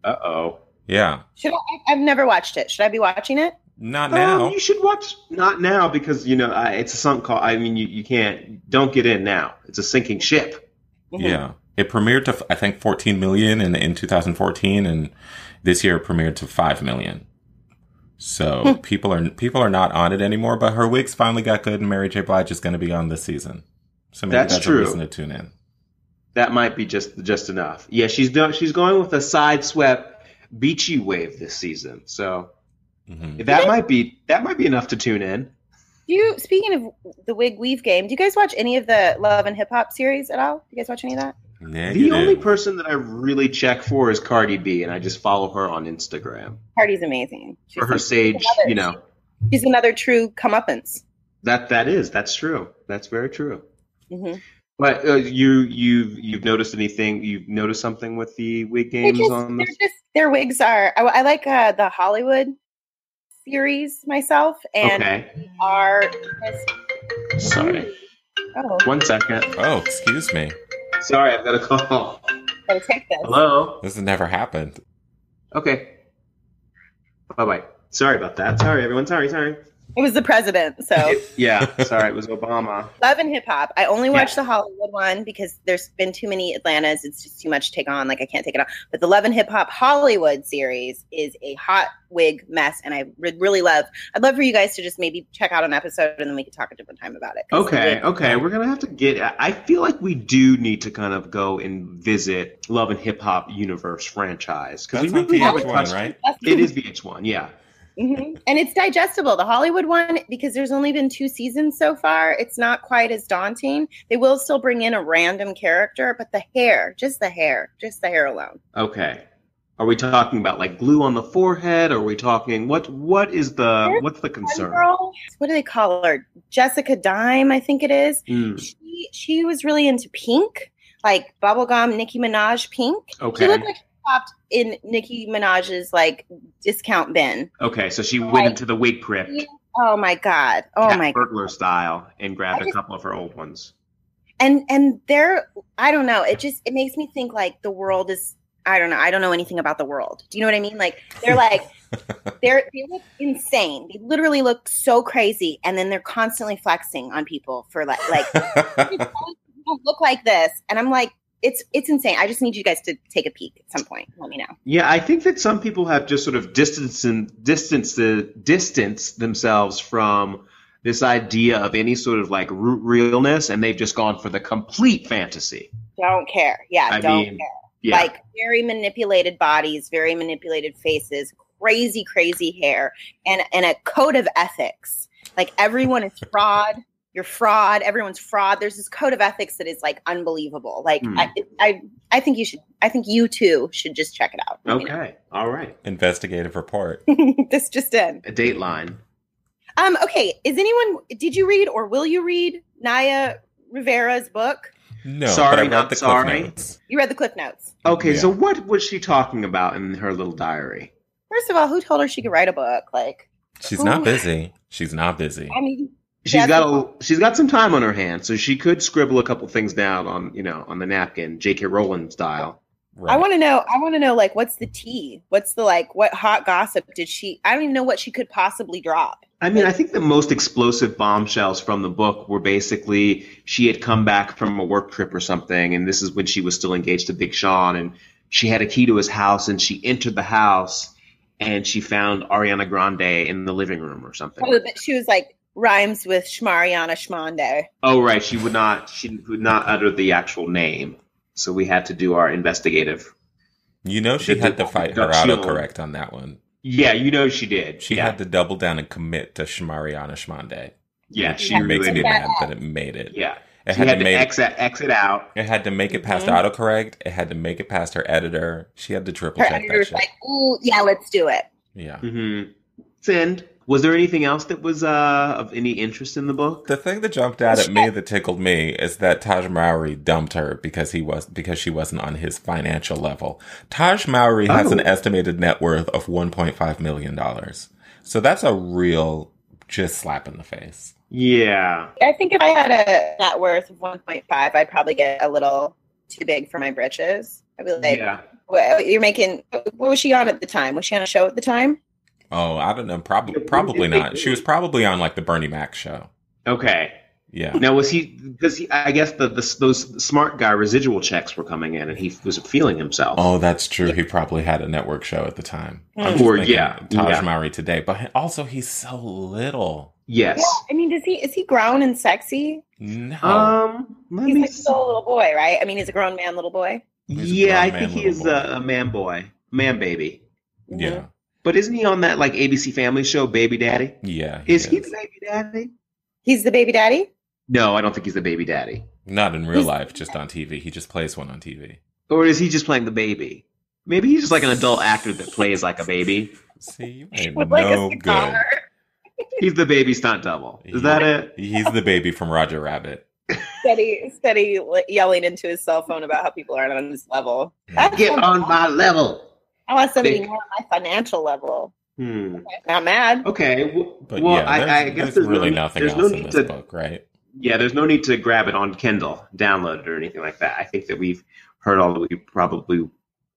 Speaker 2: Uh oh.
Speaker 1: Yeah.
Speaker 3: Should I? I've never watched it. Should I be watching it?
Speaker 1: Not
Speaker 2: Um,
Speaker 1: now.
Speaker 2: you should watch not now because you know I, it's a sunk call. I mean, you, you can't don't get in now. It's a sinking ship.
Speaker 1: Yeah. It premiered to I think 14 million in in 2014 and this year it premiered to 5 million.
Speaker 2: Hmm.
Speaker 1: So people are people are not on it anymore, but her wigs finally got good and Mary J Blige is going to be on this season. So maybe that's,
Speaker 2: That's
Speaker 1: a
Speaker 2: true.
Speaker 1: reason to tune in.
Speaker 2: That might be just just enough. Yeah, she's done. She's going with a side swept beachy wave this season. So
Speaker 1: Mhm.
Speaker 3: Mm-hmm.
Speaker 2: that might be that might be enough to tune in.
Speaker 3: Do you? Speaking of the wig weave game, do you guys watch any of the Love and Hip Hop series at all? Do you guys watch any of that?
Speaker 1: Yeah,
Speaker 2: The
Speaker 1: you
Speaker 2: only
Speaker 1: did.
Speaker 2: person that I really check for is Cardi B, and I just follow her on Instagram
Speaker 3: Cardi's amazing. She's,
Speaker 2: for her sage. You know
Speaker 3: she's another true comeuppance.
Speaker 2: that that is that's true. That's very true.
Speaker 3: hmm
Speaker 2: But uh, you you you've noticed anything? You've noticed something with the wig
Speaker 3: They're
Speaker 2: games
Speaker 3: just,
Speaker 2: on
Speaker 3: they're
Speaker 2: the
Speaker 3: just their wigs are. I, I like uh, the Hollywood series myself, and
Speaker 2: Okay.
Speaker 3: are
Speaker 2: Sorry.
Speaker 3: oh,
Speaker 2: One second.
Speaker 1: Oh, excuse me.
Speaker 2: Sorry, I've got a call.
Speaker 3: gotta take this.
Speaker 2: Hello.
Speaker 1: This has never happened.
Speaker 2: Okay. Bye bye. Sorry about that. Sorry, everyone. Sorry, sorry.
Speaker 3: It was the president, so.
Speaker 2: Yeah. Sorry, it was Obama.
Speaker 3: Love and hip hop. I only watch the Hollywood one because there's been too many Atlantas. It's just too much to take on. Like I can't take it on. But the Love and Hip Hop Hollywood series is a hot wig mess, and I would really love. I'd love for you guys to just maybe check out an episode, and then we could talk a different time about it. 'Cause
Speaker 2: Okay. Oh,
Speaker 3: it-
Speaker 2: Okay. We're gonna have to get. I- I feel like we do need to kind of go and visit Love and Hip Hop Universe franchise because we
Speaker 1: That's on
Speaker 2: really haven't
Speaker 1: PH1,
Speaker 2: touched.
Speaker 1: right?
Speaker 2: It is VH1. Yeah.
Speaker 3: Mhm. And it's digestible. The Hollywood one, because there's only been two seasons so far, it's not quite as daunting. They will still bring in a random character, but the hair, just the hair, just the hair alone.
Speaker 2: Okay. Are we talking about like glue on the forehead? Or are we talking what? What is the what's the
Speaker 3: One
Speaker 2: concern?
Speaker 3: girl, what do they call her? Jessica Dime, I think it is.
Speaker 2: Mm,
Speaker 3: She she was really into pink, like bubblegum Nicki Minaj pink. She
Speaker 2: okay.
Speaker 3: looked like she popped in Nicki Minaj's like discount bin.
Speaker 2: Okay. So she
Speaker 3: Like-
Speaker 2: went into the wig crypt,
Speaker 3: Oh my god. Oh
Speaker 2: cat
Speaker 3: my
Speaker 2: burglar style, and grabbed a
Speaker 3: I just-
Speaker 2: couple of her old ones.
Speaker 3: and and there i don't know it just it makes me think like the world is i don't know i don't know anything about the world do you know what i mean like they're like they're they look insane they literally look so crazy and then they're constantly flexing on people for like like you don't look like this and i'm like it's it's insane i just need you guys to take a peek at some point let me know
Speaker 2: Yeah, I think that some people have just sort of distanced and distance the distance themselves from this idea of any sort of like root realness, and they've just gone for the complete fantasy.
Speaker 3: don't care yeah
Speaker 2: I
Speaker 3: don't
Speaker 2: mean,
Speaker 3: care
Speaker 2: Yeah.
Speaker 3: like very manipulated bodies very manipulated faces crazy crazy hair and and a code of ethics like everyone is fraud you're fraud everyone's fraud there's this code of ethics that is like unbelievable like
Speaker 2: Hmm.
Speaker 3: I, I i think you should i think you too should just check it out you know?
Speaker 2: okay. All right.
Speaker 1: Investigative report.
Speaker 3: this just in
Speaker 2: A dateline.
Speaker 3: um okay is anyone did you read or will you read naya rivera's book
Speaker 1: No,
Speaker 2: Sorry,
Speaker 1: but I read
Speaker 2: not
Speaker 1: the cliff
Speaker 2: sorry.
Speaker 1: notes.
Speaker 3: you read the cliff notes
Speaker 2: Okay,
Speaker 1: Yeah.
Speaker 2: so what was she talking about in her little diary?
Speaker 3: first of all who told her she could write a book like
Speaker 1: She's not
Speaker 3: Ooh.
Speaker 1: busy. She's not busy.
Speaker 3: i mean
Speaker 2: She's
Speaker 3: That's
Speaker 2: got a she's got some time on her hands, so she could scribble a couple things down on you know on the napkin, J.K. Rowling style.
Speaker 1: Right.
Speaker 3: I want to know. I want to know, like, what's the tea? What's the like? What hot gossip did she? I don't even know what she could possibly drop.
Speaker 2: I mean, I think the most explosive bombshells from the book were basically she had come back from a work trip or something, and this is when she was still engaged to Big Sean, and she had a key to his house, and she entered the house, and she found Ariana Grande in the living room or something.
Speaker 3: Oh, but she was like rhymes with Shmariana Shmonde.
Speaker 2: Oh, right, she would not she would not utter the actual name, so we had to do our investigative.
Speaker 1: You know she
Speaker 2: The
Speaker 1: had to fight her
Speaker 2: deduction.
Speaker 1: autocorrect on that one.
Speaker 2: Yeah, you know she did.
Speaker 1: She
Speaker 2: yeah.
Speaker 1: had to double down and commit to Shmariana Shmonday.
Speaker 2: Yeah,
Speaker 1: Which
Speaker 2: she
Speaker 3: makes
Speaker 2: really
Speaker 1: makes me
Speaker 2: did.
Speaker 1: mad that it made it.
Speaker 2: Yeah.
Speaker 1: It
Speaker 2: She had, to Mm-hmm.
Speaker 1: make
Speaker 2: exit, exit out.
Speaker 1: it had to make it past autocorrect. It had to make it past her editor. She had to triple
Speaker 3: Her
Speaker 1: check that
Speaker 3: editor's
Speaker 1: shit.
Speaker 3: like, "Ooh, yeah, let's do it."
Speaker 1: yeah.
Speaker 2: hmm Send. Was there anything else that was uh, of any interest in the book?
Speaker 1: The thing that jumped out at me that tickled me is that Taj Mowry dumped her because he was because she wasn't on his financial level. Taj Mowry has
Speaker 2: Oh.
Speaker 1: an estimated net worth of 1.5 million dollars. So that's a real just slap in the face.
Speaker 2: Yeah.
Speaker 3: I think if I had a net worth of 1.5, I'd probably get a little too big for my britches. I'd be like,
Speaker 2: Yeah.
Speaker 3: "What- "You're making." What was she on at the time? Was she on a show at the time?
Speaker 1: Oh, I don't know. Probably probably not. She was probably on like the Bernie Mac show.
Speaker 2: Okay.
Speaker 1: Yeah.
Speaker 2: Now was he? Because he, I guess the, the those smart guy residual checks were coming in, and he was feeling himself.
Speaker 1: Oh, that's true. He probably had a network show at the time. I'm
Speaker 2: Hmm. Or,
Speaker 1: just thinking
Speaker 2: yeah,
Speaker 1: Taj
Speaker 2: yeah.
Speaker 1: Mowry today, but also he's so little.
Speaker 2: Yes.
Speaker 3: I mean, does he is he grown and sexy?
Speaker 1: No, Oh.
Speaker 2: Um. Let
Speaker 3: He's
Speaker 2: me.
Speaker 3: like still a little boy, right? I mean, he's a grown man, little boy.
Speaker 1: He's a
Speaker 2: yeah,
Speaker 1: grown
Speaker 2: I
Speaker 1: man,
Speaker 2: think he
Speaker 1: little
Speaker 2: is
Speaker 1: boy.
Speaker 2: a, a man boy, man baby.
Speaker 1: yeah,
Speaker 2: But isn't he on that like ABC Family show, Baby Daddy?
Speaker 1: yeah.
Speaker 2: Is he
Speaker 1: is.
Speaker 2: the baby daddy?
Speaker 3: He's the baby daddy.
Speaker 2: No, I don't think he's the baby daddy.
Speaker 1: Not in real
Speaker 3: He's-
Speaker 1: life, just on TV. He just plays one on TV.
Speaker 2: Or is he just playing the baby? Maybe he's just like an adult actor that plays like a baby.
Speaker 1: See, you ain't
Speaker 3: With, like, a
Speaker 1: no good.
Speaker 3: cigar.
Speaker 2: He's the baby stunt double. Is that it?
Speaker 1: He's the baby from Roger Rabbit.
Speaker 3: steady, steady li- yelling into his cell phone about how people aren't on his level. That's
Speaker 2: Get on my level.
Speaker 3: I want somebody
Speaker 2: Big.
Speaker 3: more on my financial level.
Speaker 2: Hmm.
Speaker 3: Not mad.
Speaker 2: Okay. w-
Speaker 1: But
Speaker 2: well,
Speaker 1: yeah,
Speaker 2: I,
Speaker 1: there's,
Speaker 2: I guess
Speaker 1: there's
Speaker 2: there's
Speaker 1: really
Speaker 2: no,
Speaker 1: nothing
Speaker 2: there's
Speaker 1: else
Speaker 2: no
Speaker 1: in
Speaker 2: need
Speaker 1: this
Speaker 2: to.
Speaker 1: book, right?
Speaker 2: Yeah, there's no need to grab it on Kindle, download it, or anything like that. I think that we've heard all that we probably.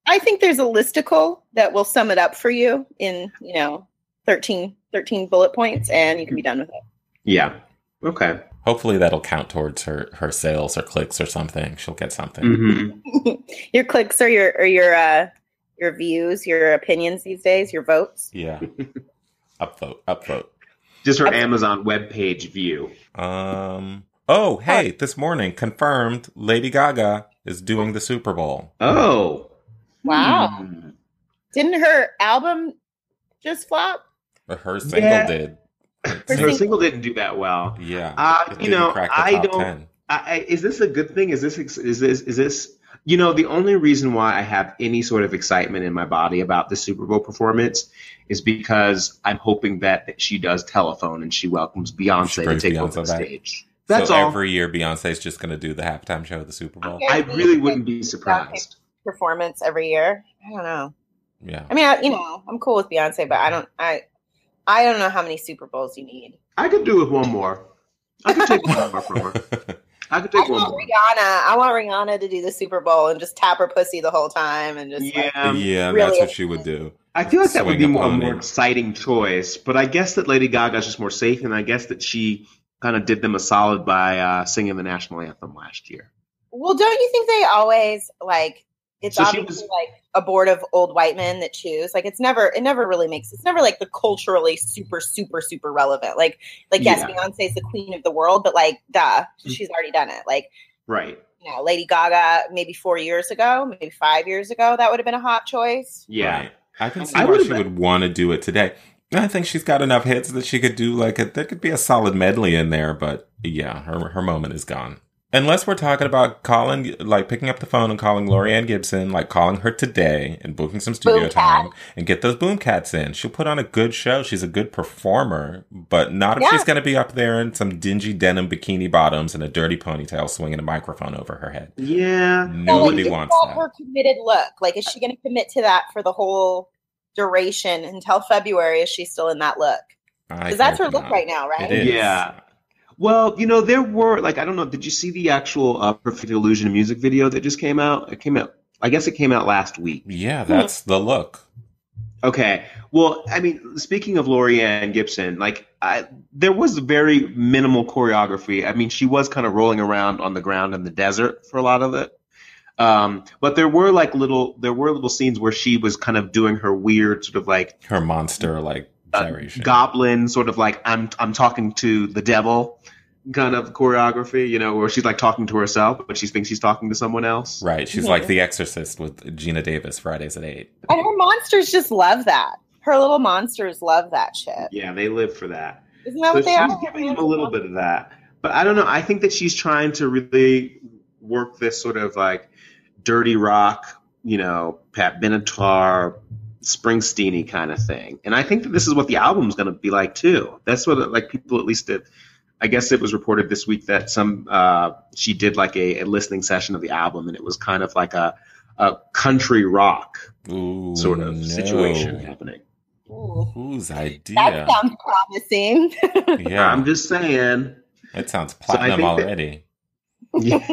Speaker 3: I think there's a listicle that will sum it up for you in, you know, 13, 13 bullet points and you can be done with it.
Speaker 2: Yeah. Okay.
Speaker 1: Hopefully, that'll count towards her her sales or clicks or something. She'll get something.
Speaker 2: Mm-hmm.
Speaker 3: your clicks or your or your uh your views, your opinions these days, your votes.
Speaker 1: Yeah. upvote, upvote.
Speaker 2: Just her
Speaker 3: Okay.
Speaker 2: Amazon webpage view.
Speaker 1: Um. Oh, hey! This morning, confirmed, Lady Gaga is doing the Super Bowl.
Speaker 2: Oh.
Speaker 3: Wow.
Speaker 2: Hmm.
Speaker 3: Didn't her album just flop?
Speaker 1: Or her single
Speaker 2: Yeah.
Speaker 1: did.
Speaker 2: Her
Speaker 3: Sing-
Speaker 2: single didn't do that well.
Speaker 1: Yeah.
Speaker 2: Uh,
Speaker 1: It
Speaker 2: you
Speaker 1: didn't
Speaker 2: know,
Speaker 1: crack the
Speaker 2: I
Speaker 1: top
Speaker 2: don't-
Speaker 1: 10.
Speaker 2: I, I, is this a good thing? Is this ex- is this is this? You know, the only reason why I have any sort of excitement in my body about the Super Bowl performance is because I'm hoping that, that she does telephone and she welcomes
Speaker 1: She
Speaker 2: Beyonce to
Speaker 1: brings
Speaker 2: take
Speaker 1: Beyonce
Speaker 2: over the
Speaker 1: back.
Speaker 2: stage. That's
Speaker 1: so
Speaker 2: all.
Speaker 1: every year, Beyonce's just going to do the halftime show of the Super Bowl.
Speaker 3: Okay.
Speaker 2: I really wouldn't be surprised.
Speaker 3: Performance every year. I don't know.
Speaker 1: Yeah.
Speaker 3: I mean, I, you know, I'm cool with Beyonce, but I don't, I, I don't know how many Super Bowls you need.
Speaker 2: I could do with one more. I could take one more from her. I could take
Speaker 3: I
Speaker 2: one
Speaker 3: want
Speaker 2: more.
Speaker 3: Rihanna. I want Rihanna to do the Super Bowl and just tap her pussy the whole time and just. like-
Speaker 2: Yeah,
Speaker 1: yeah,
Speaker 3: really
Speaker 1: that's what she would do.
Speaker 2: Um, I feel like that would be
Speaker 1: Swing
Speaker 2: more, a
Speaker 1: upon
Speaker 2: more
Speaker 1: it.
Speaker 2: exciting choice, but I guess that Lady Gaga's just more safe, and I guess that she kind of did them a solid by uh, singing the national anthem last year.
Speaker 3: well, don't you think they always like? It's
Speaker 2: So she
Speaker 3: obviously like a board of old white men that choose. Like it's never, it never really makes. It's never like the culturally super, super, super relevant. Like, like yes,
Speaker 2: Yeah.
Speaker 3: Beyonce's the queen of the world, but like, duh,
Speaker 1: Mm.
Speaker 3: she's already done it. Like.
Speaker 2: Right.
Speaker 3: you know, Lady Gaga maybe four years ago, maybe five years ago, that would have been a hot choice.
Speaker 2: Yeah.
Speaker 1: Right. I can see
Speaker 2: I
Speaker 1: why
Speaker 2: would've
Speaker 1: she
Speaker 2: been-
Speaker 1: would want to do it today. And I think she's got enough hits that she could do like a, there could be a solid medley in there, but yeah, her her moment is gone. Unless we're talking about calling, like picking up the phone and calling Lorianne Gibson, like calling her today and booking some studio
Speaker 3: Boom cat.
Speaker 1: time and get those boom cats in. She'll put on a good show. She's a good performer, but not if
Speaker 3: Yeah.
Speaker 1: she's going to be up there in some dingy denim bikini bottoms and a dirty ponytail swinging a microphone over her head.
Speaker 2: Yeah.
Speaker 1: Nobody
Speaker 3: it's
Speaker 1: wants
Speaker 3: all
Speaker 1: that.
Speaker 3: her committed look. Like, is she going to commit to that for the whole duration until February? Is she still in that look?
Speaker 1: I
Speaker 3: Because that's her
Speaker 1: hope
Speaker 3: look
Speaker 1: not.
Speaker 3: right now, right?
Speaker 1: It is.
Speaker 2: Yeah. Well, you know, there were like I don't know. Did you see the actual uh, "Perfect Illusion" music video that just came out? It came out. I guess it came out last week.
Speaker 1: Yeah, that's the look.
Speaker 2: Okay. Well, I mean, speaking of Lorianne Gibson, like I, there was very minimal choreography. I mean, she was kind of rolling around on the ground in the desert for a lot of it. Um, but there were like little, there were little scenes where she was kind of doing her weird sort of like
Speaker 1: Her monster like
Speaker 2: uh,
Speaker 1: gyration.
Speaker 2: goblin sort of like I'm I'm talking to the devil kind of choreography, you know, where she's like talking to herself, but she thinks she's talking to someone else.
Speaker 1: Right. She's
Speaker 3: Yeah.
Speaker 1: like The Exorcist with Gina Davis Fridays at 8.
Speaker 3: And her monsters just love that. Her little monsters love that shit.
Speaker 2: Yeah, they live for that.
Speaker 3: Isn't that
Speaker 2: So
Speaker 3: what they
Speaker 2: she's
Speaker 3: are?
Speaker 2: giving him a little bit of that. But I don't know. I think that she's trying to really work this sort of like dirty rock, you know, Pat Benatar, Springsteen kind of thing. And I think that this is what the album's going to be like too. That's what like people at least did. I guess it was reported this week that some uh, she did like a, a listening session of the album, and it was kind of like a a country rock
Speaker 1: Ooh,
Speaker 2: sort of
Speaker 1: no.
Speaker 2: situation happening.
Speaker 3: Ooh,
Speaker 1: Whose idea?
Speaker 3: that sounds promising.
Speaker 1: yeah,
Speaker 2: I'm just saying.
Speaker 1: it sounds
Speaker 2: I
Speaker 1: platinum
Speaker 2: think that-
Speaker 1: already.
Speaker 2: Yeah.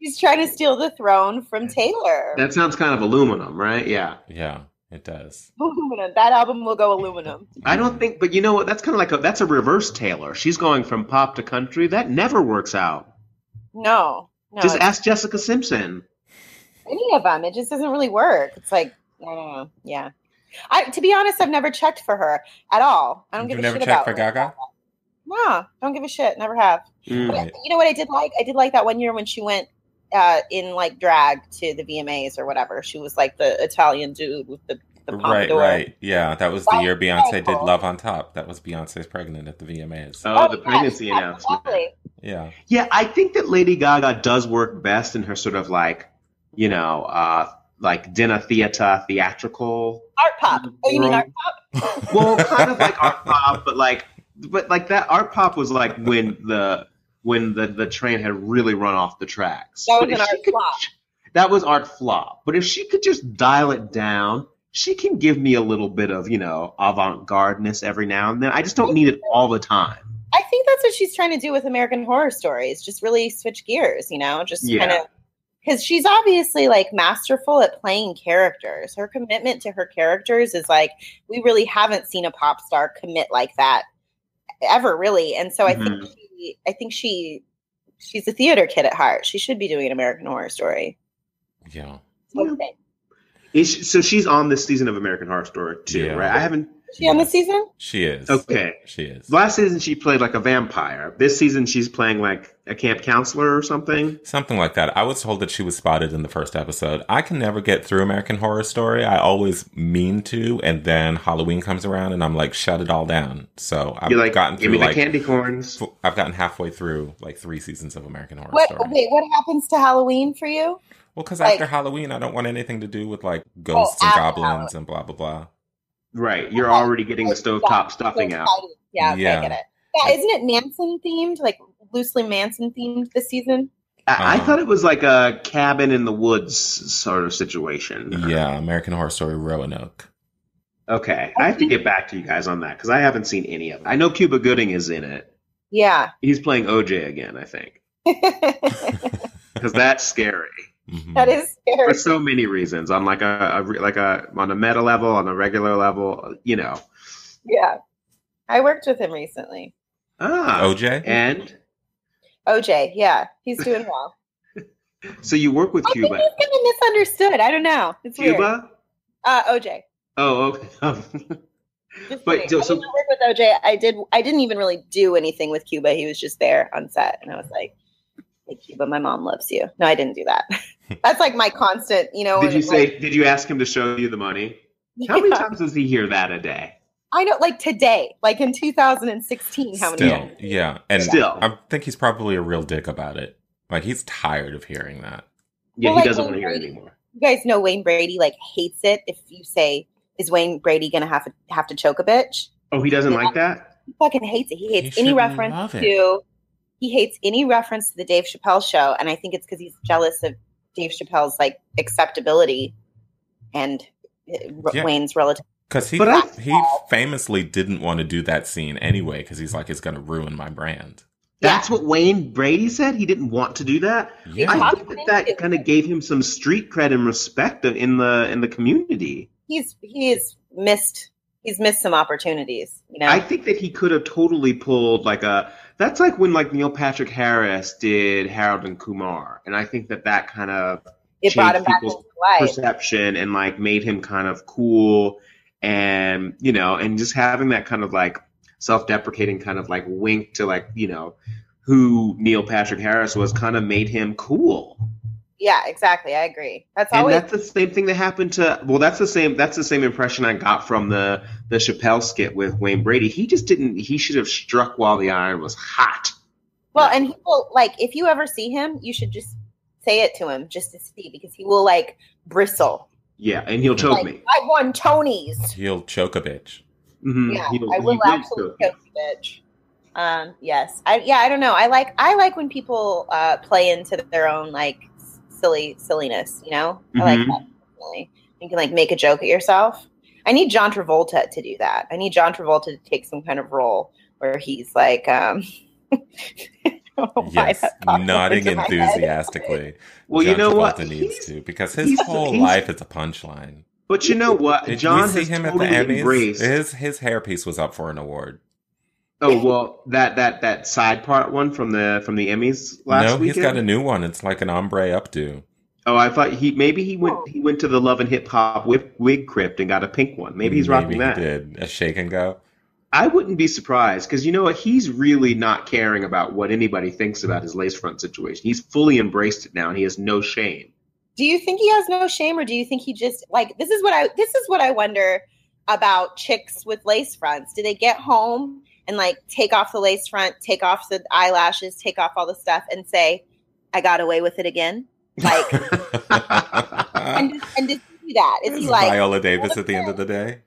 Speaker 3: He's trying to steal the throne from Taylor.
Speaker 2: that sounds kind of aluminum, right? Yeah.
Speaker 1: Yeah, it does.
Speaker 3: aluminum. That album will go aluminum.
Speaker 2: I don't think, but you know what? That's kind of like a that's a reverse Taylor. She's going from pop to country. That never works out.
Speaker 3: No, no,
Speaker 2: Just
Speaker 3: it's
Speaker 2: ask Jessica Simpson.
Speaker 3: any of them. It just doesn't really work. It's like, I don't know. Yeah. I, to be honest, I've never checked for her at all. I don't
Speaker 1: You've
Speaker 3: give a
Speaker 1: never
Speaker 3: shit
Speaker 1: checked
Speaker 3: about
Speaker 1: for Gaga.
Speaker 3: No, don't give a shit. Never have.
Speaker 2: Mm.
Speaker 1: Right.
Speaker 3: You know what I did like? I did like that one year when she went uh, in like drag to the VMAs or whatever. She was like the Italian dude with the, the
Speaker 1: Right,
Speaker 3: pompadour.
Speaker 1: right. Yeah, that was the
Speaker 3: That
Speaker 1: year Beyonce did
Speaker 3: awful.
Speaker 1: Love on Top. That was Beyonce's pregnant at the VMAs.
Speaker 2: Oh, the
Speaker 3: yes,
Speaker 2: pregnancy
Speaker 3: yes,
Speaker 2: announcement.
Speaker 3: lovely.
Speaker 1: Yeah,
Speaker 2: Yeah, I think that Lady Gaga does work best in her sort of like, you know, uh, like dinner theater theatrical.
Speaker 3: Art pop. Oh, you mean art
Speaker 2: Well, kind of like art pop, but like, but like that art pop was like when the when the the train had really run off the tracks.
Speaker 3: That was
Speaker 2: But if
Speaker 3: an
Speaker 2: she
Speaker 3: art flop.
Speaker 2: That was art flop. But if she could just dial it down, she can give me a little bit of you know avant gardeness every now and then. I just don't need it all the time.
Speaker 3: I think that's what she's trying to do with American Horror Stories. Just really switch gears, you know, just
Speaker 2: Yeah.
Speaker 3: kind of because she's obviously like masterful at playing characters. Her commitment to her characters is like we really haven't seen a pop star commit like that ever, really. And so I
Speaker 2: Mm-hmm.
Speaker 3: think she, I think she she's a theater kid at heart. She should be doing an American Horror Story.
Speaker 1: yeah.
Speaker 3: What do
Speaker 2: Yeah.
Speaker 3: you think?
Speaker 2: Is she, so she's on this season of American Horror Story too,
Speaker 1: Yeah.
Speaker 2: right? I haven't.
Speaker 3: Is she on
Speaker 1: Yes.
Speaker 3: this season?
Speaker 1: She is.
Speaker 2: Okay.
Speaker 1: She is.
Speaker 2: Last season she played like a vampire. This season she's playing like a camp counselor or something.
Speaker 1: Something like that. I was told that she was spotted in the first episode. I can never get through American Horror Story. I always mean to, and then Halloween comes around, and I'm like, shut it all down. So I've
Speaker 2: You're like,
Speaker 1: gotten
Speaker 2: give
Speaker 1: through
Speaker 2: me
Speaker 1: like
Speaker 2: the candy corns.
Speaker 1: f- I've gotten halfway through like three seasons of American Horror
Speaker 3: What
Speaker 1: Story.
Speaker 3: wait, what happens to Halloween for you?
Speaker 1: Well, because
Speaker 3: like-
Speaker 1: after Halloween, I don't want anything to do with like ghosts
Speaker 3: Oh,
Speaker 1: and
Speaker 3: after
Speaker 1: goblins and blah blah blah.
Speaker 2: Right, you're already getting the stovetop stuffing out.
Speaker 3: Yeah, okay,
Speaker 1: Yeah.
Speaker 3: I get it. Yeah, isn't it Manson themed? Like loosely Manson themed this season?
Speaker 2: I, I
Speaker 1: Uh-huh.
Speaker 2: thought it was like a cabin in the woods sort of situation.
Speaker 1: Yeah, American Horror Story Roanoke.
Speaker 2: Okay, I have to get back to you guys on that because I haven't seen any of it. I know Cuba Gooding is in it.
Speaker 3: Yeah.
Speaker 2: He's playing OJ again, I think,
Speaker 3: that
Speaker 2: because that's scary
Speaker 1: Mhm.
Speaker 3: is
Speaker 2: for
Speaker 3: scary.
Speaker 2: so many reasons. On like a, a re- like a on a meta level, on a regular level, you know.
Speaker 3: Yeah. I worked with him recently.
Speaker 2: Ah,
Speaker 1: OJ.
Speaker 2: and
Speaker 3: OJ, yeah. He's doing well.
Speaker 2: so you work with
Speaker 3: I think he's
Speaker 2: Cuba.
Speaker 3: kind of misunderstood. I don't know. It's weird.
Speaker 2: Cuba?
Speaker 3: Uh, OJ.
Speaker 2: Oh, okay.
Speaker 3: Just
Speaker 2: But
Speaker 3: kidding.
Speaker 2: so-
Speaker 3: I
Speaker 2: so-
Speaker 3: did not work with OJ. I did I didn't even really do anything with Cuba. He was just there on set and I was like, Hey Cuba, my mom loves you. No, I didn't do that. That's like my constant, you know.
Speaker 2: did
Speaker 3: when
Speaker 2: you
Speaker 3: it's like-
Speaker 2: say? Did you ask him to show you the money? How many
Speaker 3: Yeah.
Speaker 2: times does he hear that a day?
Speaker 3: I know, like today, like in 2016, how many?
Speaker 1: Still, yeah, and
Speaker 2: Still,
Speaker 1: I think he's probably a real dick about it. Like he's tired of hearing that.
Speaker 2: yeah,
Speaker 3: Well,
Speaker 2: he
Speaker 3: like,
Speaker 2: doesn't
Speaker 3: when
Speaker 2: want to hear it
Speaker 3: we-
Speaker 2: anymore.
Speaker 3: You guys know Wayne Brady like hates it if you say, "Is Wayne Brady gonna have to have to choke a bitch?"
Speaker 2: Oh, he doesn't like that.
Speaker 3: He fucking hates it. He hates
Speaker 1: He
Speaker 3: any
Speaker 1: should
Speaker 3: reference
Speaker 1: love it.
Speaker 3: to. He hates any reference to the Dave Chappelle show, and I think it's because he's jealous of Dave Chappelle's like acceptability and uh, R-
Speaker 1: Yeah.
Speaker 3: Wayne's relative.
Speaker 1: Because he
Speaker 2: But I-
Speaker 1: he famously didn't want to do that scene anyway, because he's like, it's going to ruin my brand.
Speaker 2: That's what Wayne Brady said. He didn't want to do that.
Speaker 1: Yeah,
Speaker 2: I
Speaker 3: Talk
Speaker 2: think
Speaker 3: him
Speaker 2: that,
Speaker 3: into
Speaker 2: that
Speaker 3: it.
Speaker 2: kind of gave him some street cred and respect in the in the community.
Speaker 3: He's he's missed he's missed some opportunities. You know,
Speaker 2: I think that he could have totally pulled like a. That's like when like Neil Patrick Harris did Harold and Kumar, and I think that that kind of
Speaker 3: it brought him
Speaker 2: changed
Speaker 3: back
Speaker 2: people's
Speaker 3: into life.
Speaker 2: perception and like made him kind of cool and you know and just having that kind of like self-deprecating kind of like wink to like you know who Neil Patrick Harris was kind of made him cool.
Speaker 3: Yeah, exactly. I agree. That's
Speaker 2: And
Speaker 3: always
Speaker 2: that's the same thing that happened to well that's the same that's the same impression I got from the the Chappelle skit with Wayne Brady. He just didn't he should have struck while the iron was hot.
Speaker 3: Well, and he will like if you ever see him, you should just say it to him just to see because he will like bristle.
Speaker 2: Yeah, and he'll choke
Speaker 3: like,
Speaker 2: me.
Speaker 3: I won Tony's.
Speaker 1: He'll choke a bitch.
Speaker 2: Mhm,
Speaker 3: Yeah,
Speaker 2: he'll-
Speaker 3: I
Speaker 2: he
Speaker 3: will
Speaker 2: will
Speaker 3: absolutely
Speaker 2: choke me.
Speaker 3: choke you, bitch. Um, yes, I yeah, I don't know. I like I like when people uh, play into their own like s- silly silliness. You know, I like
Speaker 2: Mhm.
Speaker 3: that. Definitely. You can like make a joke at yourself. I need John Travolta to do that. I need John Travolta to take some kind of role where he's like, um, Oh, I don't know why
Speaker 1: Yes,
Speaker 3: that popped
Speaker 1: nodding
Speaker 3: into my head.
Speaker 1: enthusiastically.
Speaker 2: Well,
Speaker 1: John
Speaker 2: you know
Speaker 1: Travolta
Speaker 2: what?
Speaker 1: needs
Speaker 2: He's-
Speaker 1: to because his
Speaker 2: he's-
Speaker 1: whole
Speaker 2: he's-
Speaker 1: life is a punchline.
Speaker 2: But you know what?
Speaker 1: Did
Speaker 2: John
Speaker 1: we see
Speaker 2: has
Speaker 1: him
Speaker 2: totally
Speaker 1: at the Emmys?
Speaker 2: embraced.
Speaker 1: His his hairpiece was up for an award.
Speaker 2: Oh well, that that that side part one from the from the Emmys last
Speaker 1: no,
Speaker 2: weekend.
Speaker 1: he's got a new one. It's like an ombre updo.
Speaker 2: oh, I thought he maybe he went he went to the Love and Hip Hop wig, wig crypt and got a pink one. Maybe he's rocking
Speaker 1: Mm, he
Speaker 2: that.
Speaker 1: did a shake and go.
Speaker 2: I wouldn't be surprised because you know what? He's really not caring about what anybody thinks about his lace front situation. He's fully embraced it now, and he has no shame.
Speaker 3: Do you think he has no shame, or do you think he just like this is what I this is what I wonder about chicks with lace fronts? Do they get home and like take off the lace front, take off the eyelashes, take off all the stuff, and say, "I got away with it again"? Like, and does, and does he do that? Is
Speaker 1: Uh, It's
Speaker 3: he like,
Speaker 1: Viola Davis at the end of the day?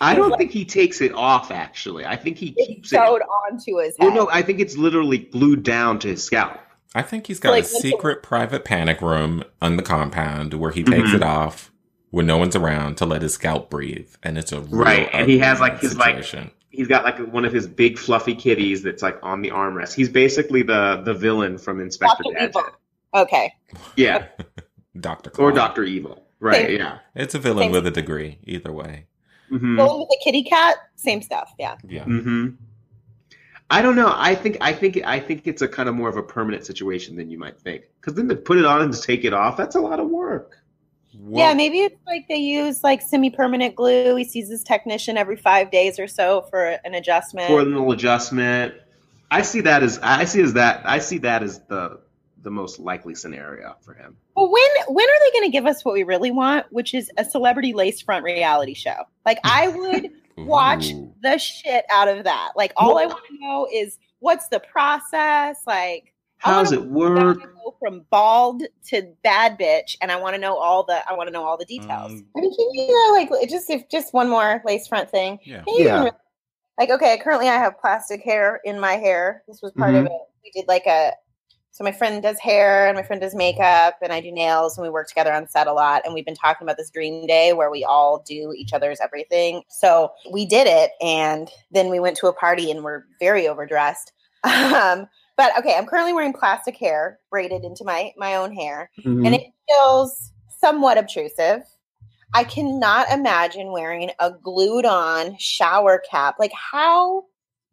Speaker 2: I don't think he takes it off. Actually, I think he
Speaker 3: it
Speaker 2: keeps it.
Speaker 3: sewed onto his head?
Speaker 2: Well, no, I think it's literally glued down to his scalp.
Speaker 1: I think he's got a
Speaker 3: Like, what's the-
Speaker 1: secret private panic room on the compound where he takes
Speaker 2: Mhm.
Speaker 1: it off when no one's around to let his scalp breathe, and it's a real
Speaker 2: Right, and he
Speaker 1: ugly
Speaker 2: has, like, his, like-
Speaker 1: situation.
Speaker 2: He's got like one of his big fluffy kitties that's like on the armrest. He's basically the the villain from Inspector
Speaker 3: Dr.
Speaker 2: Gadget.
Speaker 3: Evil. Okay,
Speaker 2: Yeah,
Speaker 1: Doctor Claw.
Speaker 2: or Doctor Evil. Right.
Speaker 3: Same.
Speaker 2: Yeah.
Speaker 1: It's a villain
Speaker 3: Same.
Speaker 1: with a degree, either way.
Speaker 2: hmm
Speaker 3: going with the kitty cat, same stuff. Yeah,
Speaker 1: Yeah.
Speaker 2: hmm I don't know. I think I think I think it's a kind of more of a permanent situation than you might think. Because then to put it on and to take it off, that's a lot of work.
Speaker 3: yeah.
Speaker 1: Well,
Speaker 3: Maybe it's like they use like semi-permanent glue. He sees his technician every five days or so for an adjustment.
Speaker 2: For a little adjustment. I see that as I see as that I see that as the the most likely scenario for him.
Speaker 3: Well, when when are they going to give us what we really want, which is a celebrity lace front reality show? Like I would watch
Speaker 1: ooh.
Speaker 3: the shit out of that. Like all I want to know is what's the process? Like I
Speaker 2: How's
Speaker 3: wanna-
Speaker 2: it
Speaker 3: I
Speaker 2: work?
Speaker 3: wanna go from bald to bad bitch, and I want to know all the I want to know all the details.
Speaker 1: Um,
Speaker 3: I mean, can you uh, like just if just one more lace front thing?
Speaker 1: Yeah.
Speaker 3: Can
Speaker 2: Yeah.
Speaker 3: you even really- like okay, currently I have plastic hair in my hair. This was part of it. We did like a so my friend does hair and my friend does makeup and I do nails and we work together on set a lot and we've been talking about this dream day where we all do each other's everything. So we did it and then we went to a party and we're very overdressed. Um, but okay, I'm currently wearing plastic hair braided into my my own hair and
Speaker 1: Mm-hmm.
Speaker 3: it feels somewhat obtrusive. I cannot imagine wearing a glued on shower cap. Like, how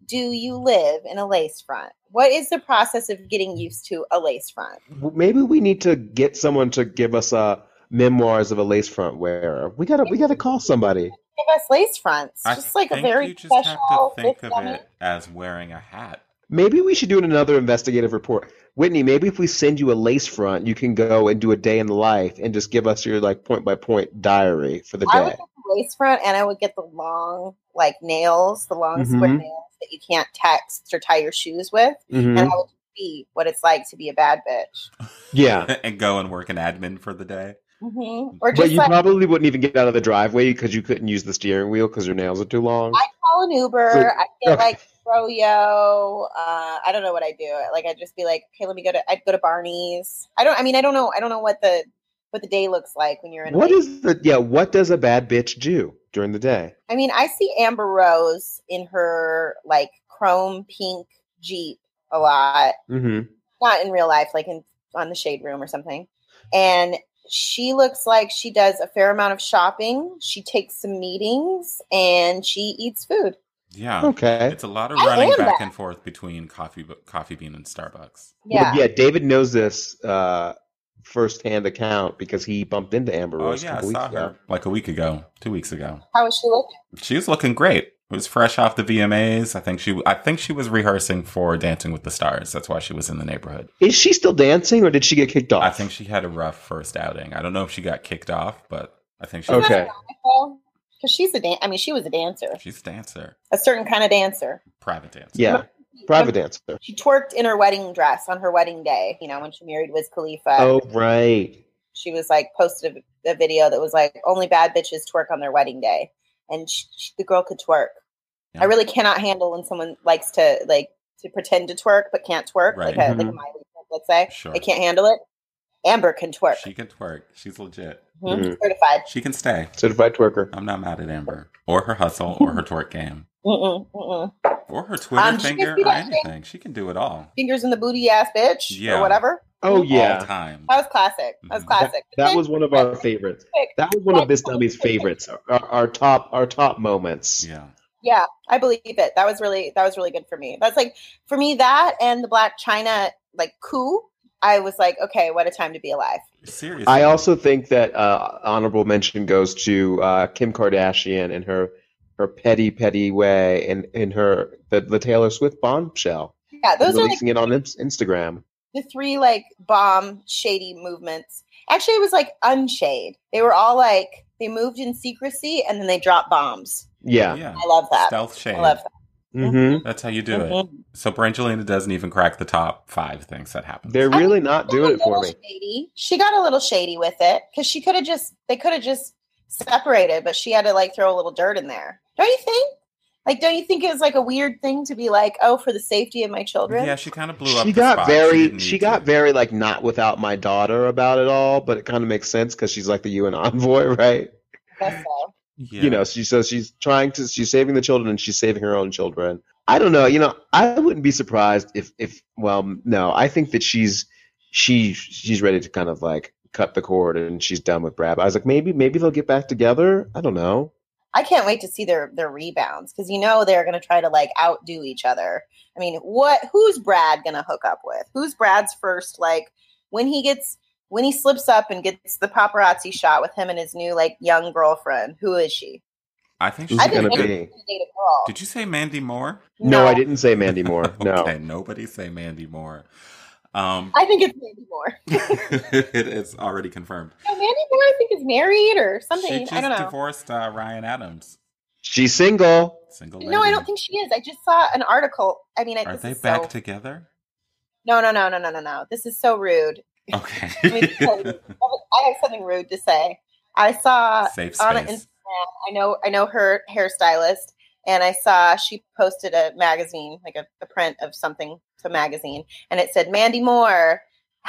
Speaker 3: do you live in a lace front? What is the process of getting used to a lace front?
Speaker 2: Well, Maybe we need to get someone to give us a memoirs of a lace front wearer. We gotta we gotta call somebody.
Speaker 3: Give us lace fronts. just like a
Speaker 1: think
Speaker 3: very
Speaker 1: you just
Speaker 3: special.
Speaker 1: have to think
Speaker 3: lace
Speaker 1: of
Speaker 3: front.
Speaker 1: it as wearing a hat.
Speaker 2: Maybe we should do another investigative report. Whitney, maybe if we send you a lace front, you can go and do a day in the life and just give us your like point by point diary for the
Speaker 3: I would
Speaker 2: day.
Speaker 3: get the lace front and I would get the long, like nails, the long
Speaker 1: Mm-hmm.
Speaker 3: square
Speaker 2: Mhm.
Speaker 3: nails that you can't text or tie your shoes with.
Speaker 2: Mhm.
Speaker 1: Mm-hmm.
Speaker 3: And I would be what it's like to be a bad bitch.
Speaker 2: Yeah.
Speaker 1: and go and work an admin for the day.
Speaker 3: Mhm. Or
Speaker 2: But
Speaker 3: just
Speaker 2: you
Speaker 3: like
Speaker 2: probably wouldn't even get out of the driveway because you couldn't use the steering wheel because your nails are too long.
Speaker 3: I call an Uber. I
Speaker 2: Okay.
Speaker 3: get like Froyo. Uh, I don't know what I do. Like I'd just be like, okay, let me go to. I'd go to Barney's. I don't. I mean, I don't know. I don't know what the what the day looks like when you're in.
Speaker 2: What
Speaker 3: like-
Speaker 2: is the yeah? What does a bad bitch do during the day?
Speaker 3: I mean, I see Amber Rose in her like chrome pink Jeep a lot.
Speaker 2: Mm-hmm.
Speaker 3: Not in real life, like in on the shade room or something. And she looks like she does a fair amount of shopping. She takes some meetings and she eats food.
Speaker 1: Yeah.
Speaker 2: Okay.
Speaker 1: It's a lot of
Speaker 3: I
Speaker 1: running
Speaker 3: am
Speaker 1: back
Speaker 3: that.
Speaker 1: and forth between coffee coffee bean and Starbucks.
Speaker 2: Well,
Speaker 3: Yeah.
Speaker 2: yeah, David knows this uh, firsthand account because he bumped into Amber
Speaker 1: Oh
Speaker 2: Rose. a
Speaker 1: yeah, I
Speaker 2: couple
Speaker 1: saw
Speaker 2: weeks ago.
Speaker 1: her like a week ago, two weeks ago.
Speaker 3: How is she looking?
Speaker 1: She was looking great. It was fresh off the VMAs. I think she I think she was rehearsing for Dancing with the Stars. That's why she was in the neighborhood.
Speaker 2: Is she still dancing, or did she get kicked off?
Speaker 1: I think she had a rough first outing. I don't know if she got kicked off, but I think she
Speaker 2: Okay.
Speaker 3: because she's a dan- I mean, she was a dancer,
Speaker 1: she's a dancer,
Speaker 3: a certain kind of dancer.
Speaker 1: private dancer.
Speaker 2: Yeah. private dancer.
Speaker 3: She twerked in her wedding dress on her wedding day, you know, when she married Wiz Khalifa.
Speaker 2: Oh right.
Speaker 3: She was like posted a, a video that was like only bad bitches twerk on their wedding day, and she, she, the girl could twerk.
Speaker 1: Yeah.
Speaker 3: I really cannot handle when someone likes to like to pretend to twerk but can't twerk,
Speaker 1: Right. Mm-hmm.
Speaker 3: like a, like a
Speaker 2: Mhm.
Speaker 3: Miley, let's say.
Speaker 1: Sure.
Speaker 3: I can't handle it. Amber can twerk.
Speaker 1: She Mm. can twerk. She's legit.
Speaker 3: Mhm.
Speaker 2: Mhm.
Speaker 3: Certified.
Speaker 1: She can stay.
Speaker 2: Certified twerker.
Speaker 1: I'm not mad at Amber or her hustle or her twerk game
Speaker 3: Mm-mm, mm-mm.
Speaker 1: or her Twitter
Speaker 3: Um, she can
Speaker 1: finger
Speaker 3: do
Speaker 1: or
Speaker 3: that thing.
Speaker 1: anything. She can do it all.
Speaker 3: Fingers in the booty, ass bitch,
Speaker 1: Yeah.
Speaker 3: or whatever.
Speaker 2: Oh
Speaker 1: all
Speaker 2: yeah.
Speaker 1: time.
Speaker 3: That was classic. That was
Speaker 1: Mhm.
Speaker 3: classic.
Speaker 2: Mm-hmm. That was one of our favorites. That was one of this dummy's favorites. Our, our top our top moments.
Speaker 1: Yeah,
Speaker 3: Yeah, I believe it. That was really that was really good for me. That's like for me that and the Black China like coup. I was like, okay, what a time to be alive.
Speaker 1: seriously.
Speaker 2: I also think that uh, honorable mention goes to uh, Kim Kardashian and her her petty petty way and in her the, the Taylor Swift bombshell
Speaker 3: Yeah, those are like
Speaker 2: releasing it on ins- Instagram.
Speaker 3: the three like bomb shady movements. Actually, it was like unshade. They were all like they moved in secrecy and then they dropped bombs.
Speaker 2: Yeah.
Speaker 1: yeah.
Speaker 3: I love that.
Speaker 1: stealth shade.
Speaker 3: I love that.
Speaker 2: hmm
Speaker 1: That's how you do it.
Speaker 3: Mhm.
Speaker 1: So Brangelina doesn't even crack the top five things that happen.
Speaker 2: They're really not doing it
Speaker 3: She got a
Speaker 2: for me.
Speaker 3: little Shady. She got a little shady with it because she could have just they could have just separated, but she had to like throw a little dirt in there. Don't you think? Like, don't you think it was like a weird thing to be like, oh, for the safety of my children?
Speaker 1: Yeah, she kind of blew up.
Speaker 2: She
Speaker 1: the
Speaker 2: got
Speaker 1: spot.
Speaker 2: very
Speaker 1: didn't
Speaker 2: she,
Speaker 1: need
Speaker 2: got
Speaker 1: to.
Speaker 2: very like not without my daughter about it all, but it kind of makes sense because she's like the UN envoy, right?
Speaker 3: I guess so.
Speaker 1: Yeah.
Speaker 2: you know she so she's trying to she's saving the children and she's saving her own children i don't know you know i wouldn't be surprised if if well no i think that she's she she's ready to kind of like cut the cord and she's done with brad i was like maybe maybe they'll get back together i don't know
Speaker 3: I can't wait to see their their rebounds because you know they're gonna try to like outdo each other. I mean, what? Who's Brad gonna hook up with? Who's Brad's first? Like when he gets when he slips up and gets the paparazzi shot with him and his new like young girlfriend. Who is she?
Speaker 1: I think she's
Speaker 2: Who's
Speaker 3: I
Speaker 2: it
Speaker 3: didn't
Speaker 1: gonna
Speaker 2: gonna
Speaker 3: think
Speaker 1: be.
Speaker 2: be?
Speaker 3: she was gonna date a girl.
Speaker 1: Did you say Mandy Moore?
Speaker 2: no, i didn't say mandy moore no
Speaker 1: okay, nobody say Mandy Moore. Um,
Speaker 3: I think it's Mandy Moore.
Speaker 1: it is already confirmed.
Speaker 3: No, Mandy Moore, I think, is married or
Speaker 1: She
Speaker 3: something.
Speaker 1: just
Speaker 3: I don't know.
Speaker 1: divorced uh, Ryan Adams.
Speaker 2: she's single
Speaker 1: Single.
Speaker 3: No, I
Speaker 1: lady.
Speaker 3: don't think she is. I just saw an article. I mean, I
Speaker 1: Are
Speaker 3: this
Speaker 1: they
Speaker 3: is
Speaker 1: back
Speaker 3: so-
Speaker 1: together?
Speaker 3: No, no, no, no, no, no, no. This is so rude. I, mean,
Speaker 1: Okay.
Speaker 3: I have something rude to say. I saw
Speaker 1: Safe
Speaker 3: on an
Speaker 1: space.
Speaker 3: I know I know her hairstylist, and I saw she posted a magazine, like a, a print of something to magazine, and it said Mandy Moore,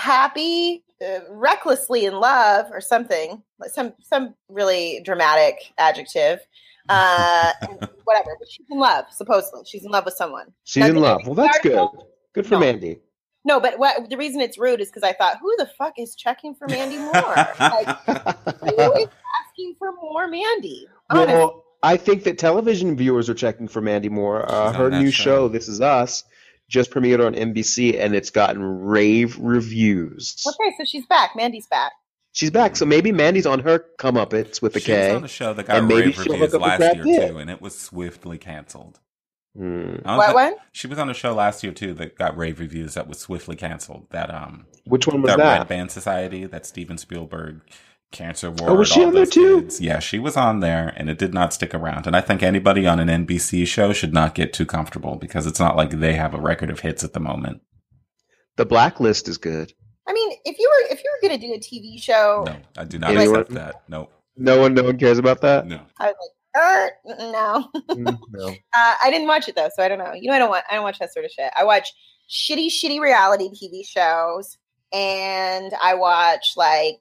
Speaker 3: happy, uh, recklessly in love, or something, like some some really dramatic adjective, uh, and whatever. But she's in love, supposedly. She's in love with someone.
Speaker 2: she's in love well that's good good for
Speaker 3: No.
Speaker 2: mandy
Speaker 3: No, but what the reason it's rude is because I thought, who the fuck is checking for Mandy Moore? like, who is asking for more Mandy? Honestly.
Speaker 2: well i think that television viewers are checking for mandy moore uh,
Speaker 1: She's on
Speaker 2: her
Speaker 1: that
Speaker 2: new
Speaker 1: show.
Speaker 2: show this is us just premiered on nbc and it's gotten rave reviews
Speaker 3: Okay, so she's back. Mandy's back.
Speaker 2: She's back, so maybe Mandy's on her come up it's with the
Speaker 1: she was
Speaker 2: K.
Speaker 1: on a show that got
Speaker 2: And maybe
Speaker 1: rave
Speaker 2: she'll hook
Speaker 1: reviews
Speaker 2: up with
Speaker 1: last
Speaker 2: Brad
Speaker 1: year
Speaker 2: Pitt.
Speaker 1: too, and it was swiftly canceled.
Speaker 2: Hmm.
Speaker 1: I don't
Speaker 3: What
Speaker 1: think-
Speaker 3: one?
Speaker 1: She was on a show last year too that got rave reviews that was swiftly canceled. That um
Speaker 2: Which one was
Speaker 1: that, Red
Speaker 2: that?
Speaker 1: Band Society that Steven Spielberg Cancer Ward.
Speaker 2: Oh, was she
Speaker 1: all
Speaker 2: on there
Speaker 1: those
Speaker 2: too?
Speaker 1: dudes. Yeah, she was on there, and it did not stick around. And I think anybody on an NBC show should not get too comfortable because it's not like they have a record of hits at the moment.
Speaker 2: The Blacklist is good.
Speaker 3: I mean, if you were if you were gonna do a TV show,
Speaker 1: No, I do not
Speaker 2: Anyone-
Speaker 1: accept that. Nope.
Speaker 2: No one, no one cares about that.
Speaker 1: No.
Speaker 3: I was like, er, mm, no.
Speaker 2: Mm, no.
Speaker 3: Uh, I didn't watch it though, so I don't know. You know, I don't want I don't watch that sort of shit. I watch shitty, shitty reality TV shows, and I watch like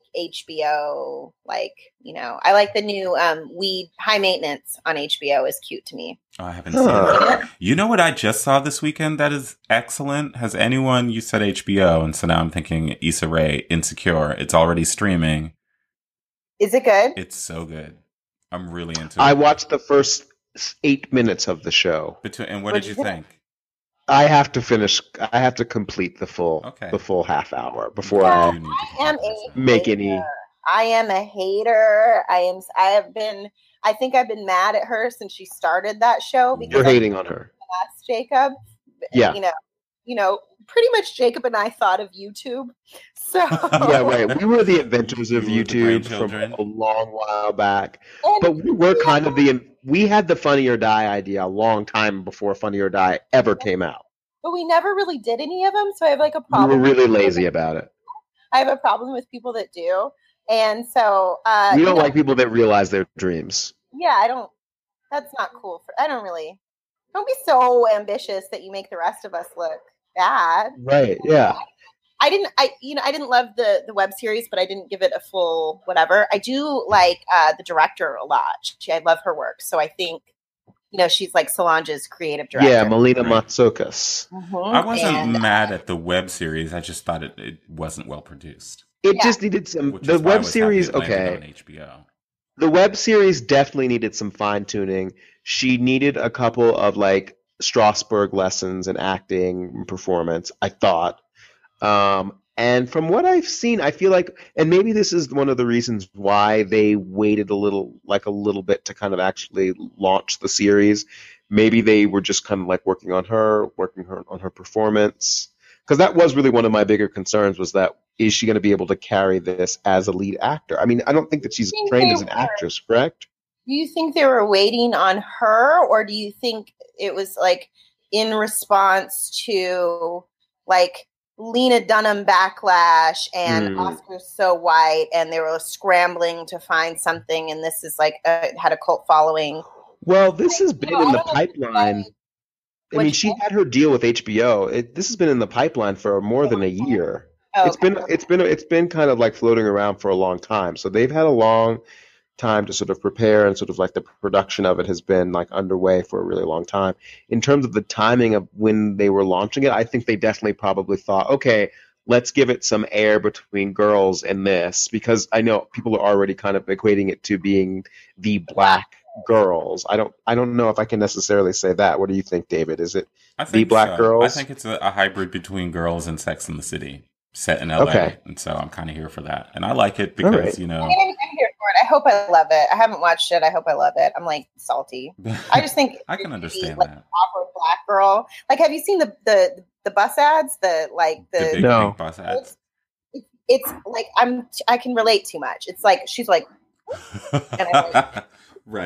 Speaker 3: HBO, like you know, I like the new um Weed High Maintenance on HBO is cute to me.
Speaker 1: Oh, I haven't
Speaker 2: Huh.
Speaker 1: seen it. You know what I just saw this weekend that is excellent? Has anyone, you said HBO, and so now I'm thinking Issa Rae, Insecure. It's already streaming.
Speaker 3: Is it good?
Speaker 1: It's so good. I'm really into
Speaker 2: I
Speaker 1: it.
Speaker 2: watched the first s- eight minutes of the show.
Speaker 1: Between, and what
Speaker 3: What'd
Speaker 1: did you
Speaker 3: you
Speaker 1: think?
Speaker 2: I have to finish. I have to complete the full,
Speaker 1: Okay.
Speaker 2: the full half hour before
Speaker 1: You
Speaker 2: I
Speaker 1: do need to
Speaker 3: I am
Speaker 1: talk about
Speaker 3: a
Speaker 1: this.
Speaker 2: make any.
Speaker 3: I am a hater. I am. I have been. I think I've been mad at her since she started that show
Speaker 1: Mm.
Speaker 2: You're
Speaker 3: because I
Speaker 2: hating on her.
Speaker 3: asked Jacob.
Speaker 2: Yeah.
Speaker 3: You know. You know. Pretty much, Jacob and I thought of YouTube. So
Speaker 2: Yeah, right. We were the inventors of
Speaker 1: We were the
Speaker 2: YouTube from
Speaker 1: brainchildren.
Speaker 2: a long while back.
Speaker 3: And
Speaker 2: But we were kind of the we had the Funny or Die idea a long time before Funny or Die ever came out.
Speaker 3: but we never really did any of them. So I have like a
Speaker 2: You were
Speaker 3: problem.
Speaker 2: really lazy about it.
Speaker 3: I have a problem with people that do. And so uh,
Speaker 2: You
Speaker 3: you
Speaker 2: don't
Speaker 3: know,
Speaker 2: like people that realize their dreams.
Speaker 3: yeah, I don't. That's not cool. For I don't really. Don't be so ambitious that you make the rest of us look bad.
Speaker 2: Right. Yeah.
Speaker 3: I didn't. I you know I didn't love the the web series, but I didn't give it a full whatever. I do like uh, the director a lot. She, I love her work, so I think you know she's like Solange's creative director.
Speaker 2: Yeah, Melina
Speaker 1: Right.
Speaker 2: Matsoukas.
Speaker 3: Mhm.
Speaker 1: I wasn't
Speaker 3: And-
Speaker 1: mad at the web series. I just thought it, it wasn't well produced.
Speaker 2: It
Speaker 3: Yeah.
Speaker 2: just needed some
Speaker 1: which
Speaker 2: Um, the
Speaker 1: is why I
Speaker 2: web
Speaker 1: was happy
Speaker 2: series
Speaker 1: it landed
Speaker 2: okay.
Speaker 1: on HBO.
Speaker 2: the web series definitely needed some fine tuning. She needed a couple of like Strasbourg lessons in acting and performance, I thought. Um, and from what I've seen, I feel like, and maybe this is one of the reasons why they waited a little, like a little bit to kind of actually launch the series. Maybe they were just kind of like working on her, working her on her performance, because that was really one of my bigger concerns was that is she going to be able to carry this as a lead actor? I mean, I don't think that she's
Speaker 3: I think
Speaker 2: trained
Speaker 3: they
Speaker 2: as an
Speaker 3: were.
Speaker 2: actress, correct?
Speaker 3: Do you think they were waiting on her, or do you think it was like in response to like Lena Dunham backlash and
Speaker 1: Mm.
Speaker 2: Hmm.
Speaker 3: Oscar So White, and they were scrambling to find something, and this is like uh, it had a cult following?
Speaker 2: Well, this has been
Speaker 3: No,
Speaker 2: in
Speaker 3: I
Speaker 2: the
Speaker 3: don't know if
Speaker 2: pipeline. I mean,
Speaker 3: Which-
Speaker 2: she had her deal with HBO. It, this has been in the pipeline for more than a year.
Speaker 3: Oh,
Speaker 2: It's been it's been it's been kind of like floating around for a long time. So they've had a long time to sort of prepare and sort of like the production of it has been like underway for a really long time. In terms of the timing of when they were launching it, I think they definitely probably thought, okay, let's give it some air between girls and this because I know people are already kind of equating it to being the black girls. I don't I don't know if I can necessarily say that. What do you think, David? Is it
Speaker 1: I think
Speaker 2: Black
Speaker 1: so.
Speaker 2: Girls?
Speaker 1: I think it's a, a hybrid between Girls and Sex in the City, set in LA,
Speaker 2: Okay.
Speaker 1: and so I'm kind of here for that. And I like it
Speaker 2: All
Speaker 1: because
Speaker 2: right.
Speaker 1: you
Speaker 3: I
Speaker 1: know.
Speaker 3: mean, I'm I'm here for it. I hope I love it. I haven't watched it. I hope I love it. I'm like salty. I just think
Speaker 1: I can understand
Speaker 3: like,
Speaker 1: that.
Speaker 3: proper black girl. Like, have you seen the the the bus ads? The like the,
Speaker 1: The big,
Speaker 2: No.
Speaker 1: big boss ads.
Speaker 3: it's like I'm I can relate too much. It's like she's like
Speaker 1: right.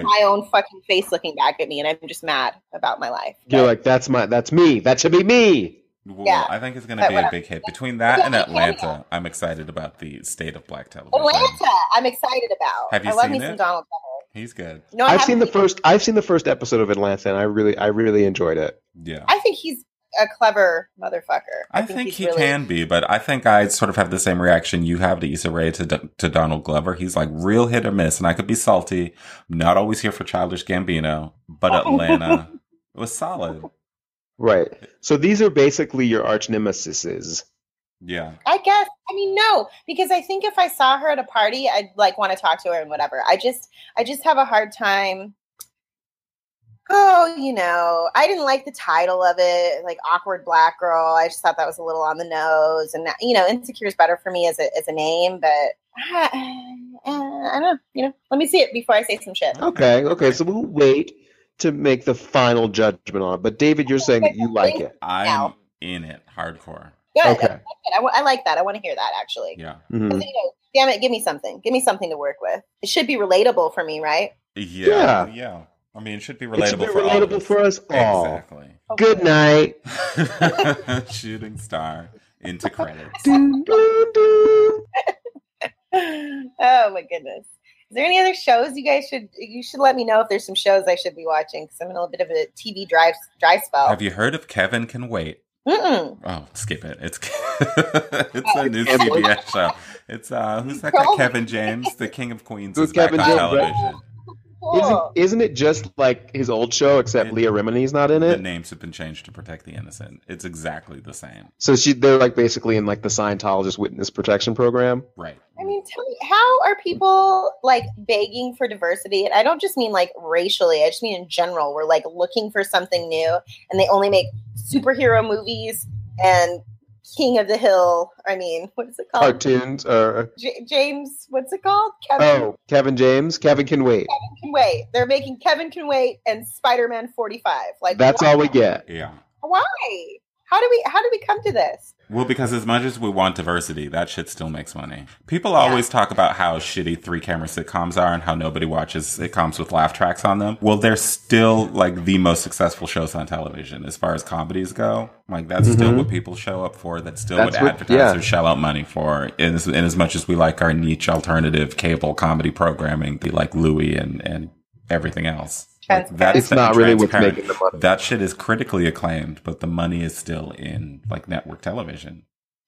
Speaker 3: my own fucking face looking back at me, and I'm just mad about my life.
Speaker 2: you're like that's my that's me. That should be me.
Speaker 1: Well,
Speaker 3: Yeah.
Speaker 1: I think it's going to
Speaker 3: But
Speaker 1: be
Speaker 3: what
Speaker 1: a
Speaker 3: I'm-
Speaker 1: big hit. Between that
Speaker 3: Yeah,
Speaker 1: and
Speaker 3: yeah.
Speaker 1: Atlanta, I'm excited about the state of black television.
Speaker 3: Atlanta, I'm excited about.
Speaker 1: Have you
Speaker 3: I love
Speaker 1: seen
Speaker 3: me some
Speaker 1: it?
Speaker 3: Donald Glover.
Speaker 1: He's good.
Speaker 3: No, I
Speaker 2: I've
Speaker 3: haven't
Speaker 2: seen the first I've seen the first episode of Atlanta and I really I really enjoyed it.
Speaker 1: Yeah.
Speaker 3: I think he's a clever motherfucker.
Speaker 1: I, think,
Speaker 3: he's
Speaker 1: he
Speaker 3: really-
Speaker 1: can be, but I think I sort of have the same reaction you have to Issa Rae to, D- to Donald Glover. He's like real hit or miss, and I could be salty. I'm not always here for Childish Gambino, but Atlanta was solid.
Speaker 2: Right. So these are basically your arch nemesises.
Speaker 1: Yeah.
Speaker 3: I guess. I mean, no, because I think if I saw her at a party, I'd like want to talk to her and whatever. I just, I just have a hard time. Oh, you know, I didn't like the title of it, like awkward black girl. I just thought that was a little on the nose, and you know, insecure is better for me as a as a name, but. Uh, I don't know. You know, let me see it before I say some shit.
Speaker 2: Okay. Okay. So we'll wait to make the final judgment on. it. But David, you're saying that you like it.
Speaker 1: I'm
Speaker 3: Now.
Speaker 1: in it hardcore.
Speaker 3: Good.
Speaker 2: Okay.
Speaker 3: That's good. I, wa- I like that. I want to hear that actually.
Speaker 1: Yeah.
Speaker 2: Mhm.
Speaker 3: 'Cause, you know, damn it, give me something. Give me something to work with. It should be relatable for me, right?
Speaker 1: Yeah. Yeah. I mean, it should be relatable
Speaker 2: It should be
Speaker 1: for all of
Speaker 2: relatable
Speaker 1: us.
Speaker 2: for us all.
Speaker 1: Exactly.
Speaker 3: Hopefully.
Speaker 2: Good night.
Speaker 1: Shooting star into credits.
Speaker 2: Doo, doo, doo.
Speaker 3: oh my goodness. Is there any other shows you guys should you should let me know if there's some shows I should be watching because I'm in a little bit of a TV drive dry spell.
Speaker 1: Have you heard of Kevin Can Wait?
Speaker 3: Mm-mm.
Speaker 1: Oh, skip it. It's it's a new
Speaker 2: Oh, Kevin.
Speaker 1: CBS show. It's uh, who's that guy? Kevin James, the King of Queens,
Speaker 2: Who's
Speaker 1: is back
Speaker 2: Kevin
Speaker 1: on
Speaker 2: James, right?
Speaker 1: television.
Speaker 2: Isn't,
Speaker 3: Cool.
Speaker 2: isn't it just like his old show except
Speaker 1: It-
Speaker 2: Leah Remini's not in
Speaker 1: The
Speaker 2: it?
Speaker 1: names have been changed to protect the innocent. It's exactly the same,
Speaker 2: So she they're like basically in like the Scientologist witness protection program.
Speaker 1: right?
Speaker 3: I mean, tell me, how are people like begging for diversity? And I don't just mean like racially, I just mean in general. We're like looking for something new and they only make superhero movies and King of the Hill. I mean, what is it called?
Speaker 2: Cartoons or
Speaker 3: J- James, what's it called? Kevin
Speaker 2: oh Kevin James. Kevin can wait.
Speaker 3: Can wait. They're making Kevin Can Wait and Spider Man 45. Like
Speaker 2: That's
Speaker 3: why?
Speaker 2: all we get.
Speaker 1: yeah.
Speaker 3: Why? How do we how do we come to this?
Speaker 1: Well, because as much as we want diversity, that shit still makes money. People always talk about how shitty three camera sitcoms are and how nobody watches sitcoms with laugh tracks on them. Well, they're still like the most successful shows on television as far as comedies go. Like that's still
Speaker 2: Mhm.
Speaker 1: what people show up for. That's still
Speaker 2: That's
Speaker 1: what,
Speaker 2: what-
Speaker 1: advertisers
Speaker 2: yeah.
Speaker 1: shell out money for. And as, and as much as we like our niche alternative cable comedy programming, the like Louis and and everything else. Like,
Speaker 3: Transparent.
Speaker 1: that's
Speaker 2: It's not really what's
Speaker 1: transparent.
Speaker 2: making the money.
Speaker 1: That shit is critically acclaimed, but the money is still in like network television.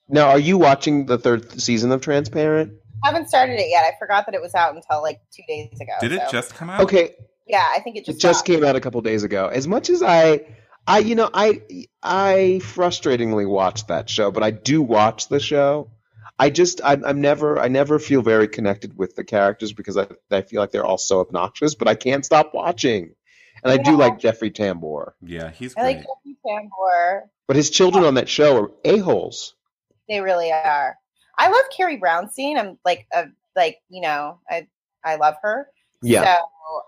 Speaker 2: Now, are you watching the third season of Transparent?
Speaker 3: I haven't started it yet. I forgot that it was out until like two days ago.
Speaker 1: Did it
Speaker 3: so-
Speaker 1: just come out?
Speaker 2: Okay,
Speaker 3: Yeah, I think it Oh, just
Speaker 2: it just
Speaker 3: stopped.
Speaker 2: came out a couple days ago. As much as I, I you know, I I frustratingly watch that show, but I do watch the show. I just I'm, I'm never I never feel very connected with the characters because I I feel like they're all so obnoxious, but I can't stop watching. And I do
Speaker 3: Yeah.
Speaker 2: like Jeffrey Tambor,
Speaker 1: Yeah, he's
Speaker 3: I like
Speaker 1: great.
Speaker 3: Jeffrey Tambor.
Speaker 2: but his children on that show are a holes.
Speaker 3: They really are. I love Carrie Brownstein. I'm like a like you know I I love her.
Speaker 2: Yeah,
Speaker 3: So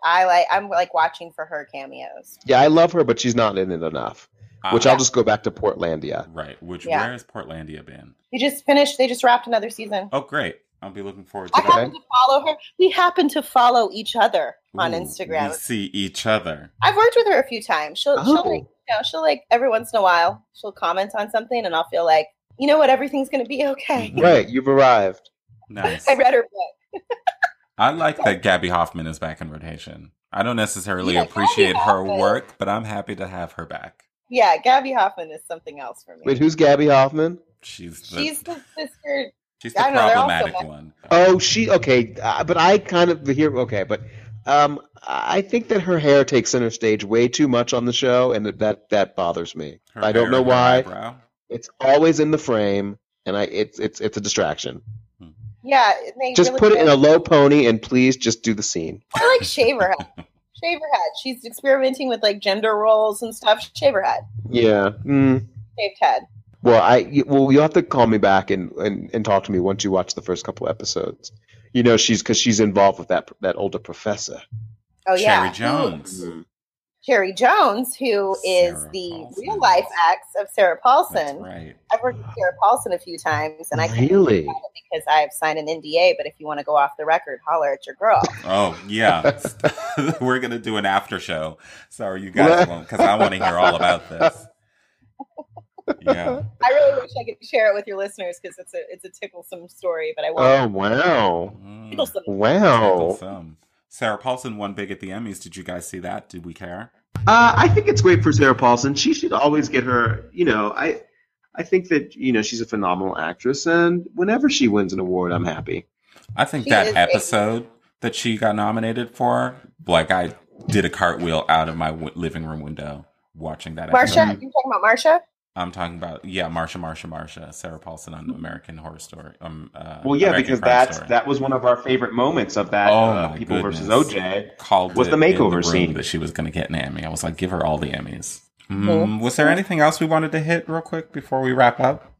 Speaker 3: I like I'm like watching for her cameos.
Speaker 2: yeah, I love her, but she's not in it enough. Which
Speaker 1: Ah,
Speaker 2: I'll just go back to Portlandia.
Speaker 1: right. Which
Speaker 3: Yeah.
Speaker 1: where has Portlandia been?
Speaker 3: They just finished. They just wrapped another season.
Speaker 1: Oh, great. I'll be looking forward
Speaker 3: I
Speaker 1: to that.
Speaker 3: happen to follow her. We happen to follow each other on
Speaker 1: Ooh,
Speaker 3: Instagram.
Speaker 1: we see each other.
Speaker 3: I've worked with her a few times. She'll she'll like
Speaker 2: Oh,
Speaker 3: you know, she'll like every once in a while she'll comment on something and I'll feel like, you know what, everything's gonna be okay.
Speaker 2: right, you've arrived.
Speaker 1: Nice.
Speaker 3: I read her book.
Speaker 1: I like that Gabby Hoffman is back in rotation. I don't necessarily
Speaker 3: Yeah, Gabby
Speaker 1: appreciate her
Speaker 3: Hoffman.
Speaker 1: work, but I'm happy to have her back.
Speaker 3: Yeah, Gabby Hoffman is something else for me.
Speaker 2: Wait, who's Gabby Hoffman?
Speaker 1: She's the,
Speaker 3: She's the sister
Speaker 1: she's the
Speaker 3: I don't know, they're all so
Speaker 1: problematic
Speaker 3: bad.
Speaker 1: one.
Speaker 2: Oh, she okay, uh, but I kind of hear okay, but um, I think that her hair takes center stage way too much on the show, and that that, that bothers me.
Speaker 1: Her
Speaker 2: I don't
Speaker 1: hair,
Speaker 2: know
Speaker 1: her
Speaker 2: why.
Speaker 1: eyebrow.
Speaker 2: It's always in the frame, and I it's it's it's a distraction.
Speaker 3: Yeah, and they
Speaker 2: Just
Speaker 3: really
Speaker 2: put it in
Speaker 3: did.
Speaker 2: a low pony, and please just do the scene.
Speaker 3: I like shave her head. Shave her head. She's experimenting with like gender roles and stuff. Shave her head.
Speaker 2: Yeah. Mm.
Speaker 3: Shaved head.
Speaker 2: Well, I you- well you'll have to call me back and, and and talk to me once you watch the first couple episodes. You know she's because she's involved with that that older professor.
Speaker 3: Oh yeah. Mm-hmm.
Speaker 1: Cherry Jones.
Speaker 3: Cherry Jones, who is
Speaker 1: Sarah
Speaker 3: the
Speaker 1: Paulson.
Speaker 3: real life ex of Sarah
Speaker 1: That's
Speaker 3: Paulson.
Speaker 1: right.
Speaker 3: I've worked with Sarah Paulson a few times and I can't
Speaker 2: really.
Speaker 3: because I've signed an NDA, but if you want to go off the record, holler at your girl.
Speaker 1: Oh yeah, we're gonna do an after show. Sorry, you guys won't, because I want to hear all about this. Yeah,
Speaker 3: I really wish I could share it with your listeners because it's a it's a ticklesome story, but I won't.
Speaker 2: Oh wow.
Speaker 1: Mm.
Speaker 3: Ticklesome.
Speaker 2: Wow.
Speaker 1: Awesome. Sarah Paulson won big at the Emmys. Did you guys see that? Did we care?
Speaker 2: Uh, I think it's great for Sarah Paulson. She should always get her. You know, I, I think that you know she's a phenomenal actress, and whenever she wins an award, I'm happy.
Speaker 1: I think
Speaker 3: She
Speaker 1: that
Speaker 3: is
Speaker 1: episode that she got nominated for, like, I did a cartwheel out of my w- living room window watching that.
Speaker 3: Marsha,
Speaker 1: episode.
Speaker 3: you talking about Marsha?
Speaker 1: I'm talking about yeah, Marsha, Marsha, Marsha, Sarah Paulson on American Horror Story. Um, uh,
Speaker 2: Well, yeah,
Speaker 1: American
Speaker 2: because
Speaker 1: Crime
Speaker 2: that's
Speaker 1: Story.
Speaker 2: that was one of our favorite moments of that
Speaker 1: Oh,
Speaker 2: uh,
Speaker 1: my
Speaker 2: People versus
Speaker 1: goodness.
Speaker 2: OJ.
Speaker 1: called
Speaker 2: Was
Speaker 1: it
Speaker 2: the
Speaker 1: in
Speaker 2: makeover
Speaker 1: room
Speaker 2: scene.
Speaker 1: that she was going to get an Emmy. I was like, give her all the Emmys. Mm,
Speaker 3: Cool.
Speaker 1: Was there anything else we wanted to hit real quick before we wrap up?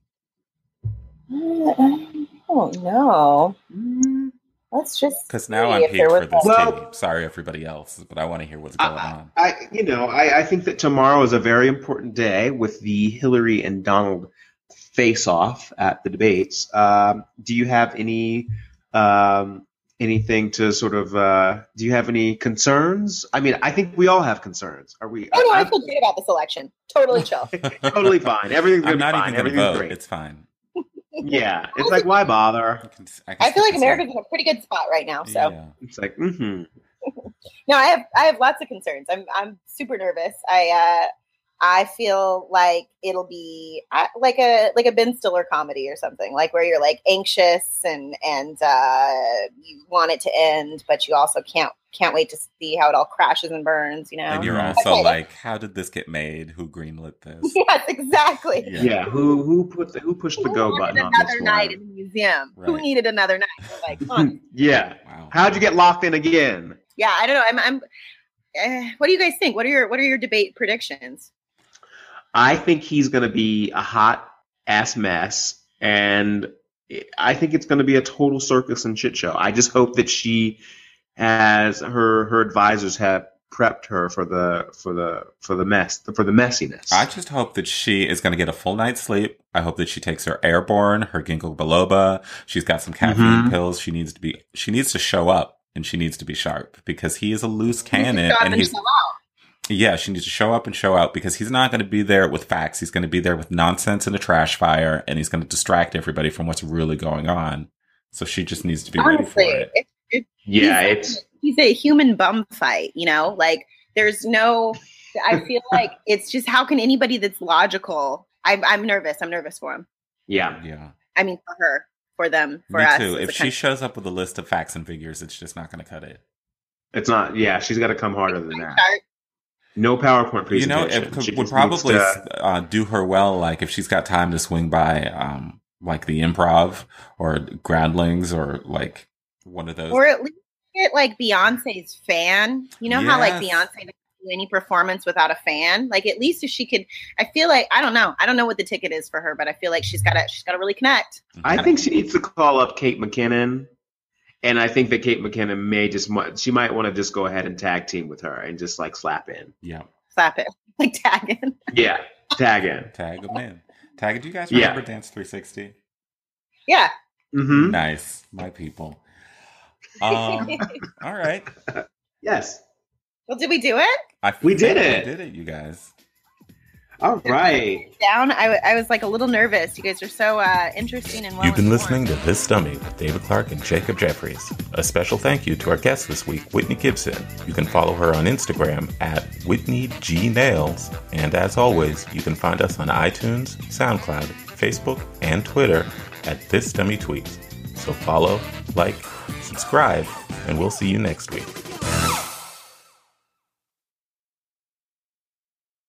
Speaker 3: Oh no.
Speaker 2: Mm.
Speaker 3: Let's just
Speaker 1: Because now
Speaker 3: see
Speaker 1: I'm
Speaker 3: if
Speaker 1: peaked
Speaker 3: there
Speaker 1: for
Speaker 3: was
Speaker 1: this
Speaker 2: one.
Speaker 1: tea.
Speaker 2: Well-
Speaker 1: Sorry, everybody else, but I want to hear what's
Speaker 2: Uh,
Speaker 1: going on.
Speaker 2: I, you know, I, I think that tomorrow is a very important day with the Hillary and Donald face-off at the debates. Um, do you have any um, anything to sort of? Uh, do you have any concerns? I mean, I think we all have concerns. Are we?
Speaker 3: Oh no, I
Speaker 2: I'm
Speaker 3: feel great about this election. Totally chill.
Speaker 2: totally fine. Everything's gonna
Speaker 1: I'm
Speaker 2: be
Speaker 1: not
Speaker 2: fine.
Speaker 1: even going to
Speaker 2: Everything's
Speaker 1: vote.
Speaker 2: great.
Speaker 1: It's fine.
Speaker 2: yeah, it's like why bother?
Speaker 1: I, can, I, can
Speaker 3: I feel
Speaker 1: skip
Speaker 3: like
Speaker 1: this
Speaker 3: America's
Speaker 1: one.
Speaker 3: in a pretty good spot right now. So
Speaker 1: Yeah.
Speaker 2: It's like, mm-hmm.
Speaker 3: no, I have I have lots of concerns. I'm I'm super nervous. I uh I feel like it'll be I, like a like a Ben Stiller comedy or something, like where you're like anxious and and uh, you want it to end, but you also can't can't wait to see how it all crashes and burns. You know?
Speaker 1: And you're
Speaker 2: Mhm.
Speaker 1: also
Speaker 3: Okay.
Speaker 1: like, how did this get made? Who greenlit this?
Speaker 3: yes, exactly.
Speaker 1: Yeah.
Speaker 2: Yeah. Who who put the, who pushed the
Speaker 3: Who
Speaker 2: go
Speaker 3: wanted
Speaker 2: button on
Speaker 3: another
Speaker 2: this
Speaker 3: night
Speaker 2: one?
Speaker 3: in the museum? Who
Speaker 1: Right.
Speaker 3: needed another night? You're Like, huh.
Speaker 2: yeah.
Speaker 1: Wow.
Speaker 2: How'd you get locked in again?
Speaker 3: yeah, I don't know. I'm. I'm uh, what do you guys think? What are your What are your debate predictions?
Speaker 2: I think he's going to be a hot ass mess, and I think it's going to be a total circus and shit show. I just hope that she has her her advisors have prepped her for the for the for the mess for the messiness.
Speaker 1: I just hope that she is going to get a full night's sleep. I hope that she takes her airborne, her ginkgo biloba. She's got some caffeine
Speaker 2: Mhm.
Speaker 1: pills. She needs to be. She needs to show up and she needs to be sharp because he is a loose cannon
Speaker 3: Drop
Speaker 1: and
Speaker 3: and
Speaker 1: he's
Speaker 3: show out.
Speaker 1: yeah. She needs to show up and show out because he's not going to be there with facts. He's going to be there with nonsense and a trash fire, and he's going to distract everybody from what's really going on. So she just needs to be ready for
Speaker 3: Honestly,
Speaker 1: it.
Speaker 3: it-
Speaker 2: yeah,
Speaker 3: he's,
Speaker 2: it's
Speaker 3: he's a human bum fight. You know, like there's no. I feel like it's just how can anybody that's logical? I'm I'm nervous. I'm nervous for him.
Speaker 2: yeah.
Speaker 1: Yeah.
Speaker 3: I mean, for her, for them, for
Speaker 1: Me
Speaker 3: us.
Speaker 1: too.
Speaker 3: as a
Speaker 1: If she
Speaker 3: country.
Speaker 1: shows up with a list of facts and figures, it's just not going to cut it.
Speaker 2: It's not. Yeah, she's got to come harder than that.
Speaker 3: Start-
Speaker 2: No PowerPoint
Speaker 1: You know,
Speaker 2: presentation.
Speaker 1: it
Speaker 2: She
Speaker 1: could, would
Speaker 2: just needs
Speaker 1: probably
Speaker 2: to-
Speaker 1: uh, do her well. Like if she's got time to swing by, um, like the improv or Groundlings or like one of those.
Speaker 3: or at least get like Beyonce's fan. You know how like
Speaker 1: Yes.
Speaker 3: Beyonce doesn't do any performance without a fan. Like at least if she could, I feel like I don't know. I don't know what the ticket is for her, but I feel like she's got to she's got to really connect.
Speaker 2: I think she needs to call up Kate McKinnon, and I think that Kate McKinnon may just mu- she might want to just go ahead and tag team with her and just like slap in.
Speaker 1: yeah,
Speaker 3: Slap it like tag in.
Speaker 2: Yeah, tag in.
Speaker 1: tag them in. Tag. Do you guys
Speaker 2: Yeah.
Speaker 1: remember Dance Three Sixty?
Speaker 3: Yeah.
Speaker 2: Mm-hmm.
Speaker 1: Nice, my people. Um, all right,
Speaker 2: Yes.
Speaker 3: well, did we do it?
Speaker 1: I
Speaker 2: We did
Speaker 1: think
Speaker 2: it.
Speaker 1: We did it, you guys.
Speaker 2: All right.
Speaker 3: Down. I, w- I was like a little nervous. You guys are so uh, interesting and well.
Speaker 4: You've been
Speaker 3: informed.
Speaker 4: listening to This Dummy with David Clark and Jacob Jeffries. A special thank you to our guest this week, Whitney Gibson. You can follow her on Instagram at Whitney G Nails. And as always, you can find us on iTunes, SoundCloud, Facebook, and Twitter at This Dummy Tweets. So follow, like, subscribe, and we'll see you next week.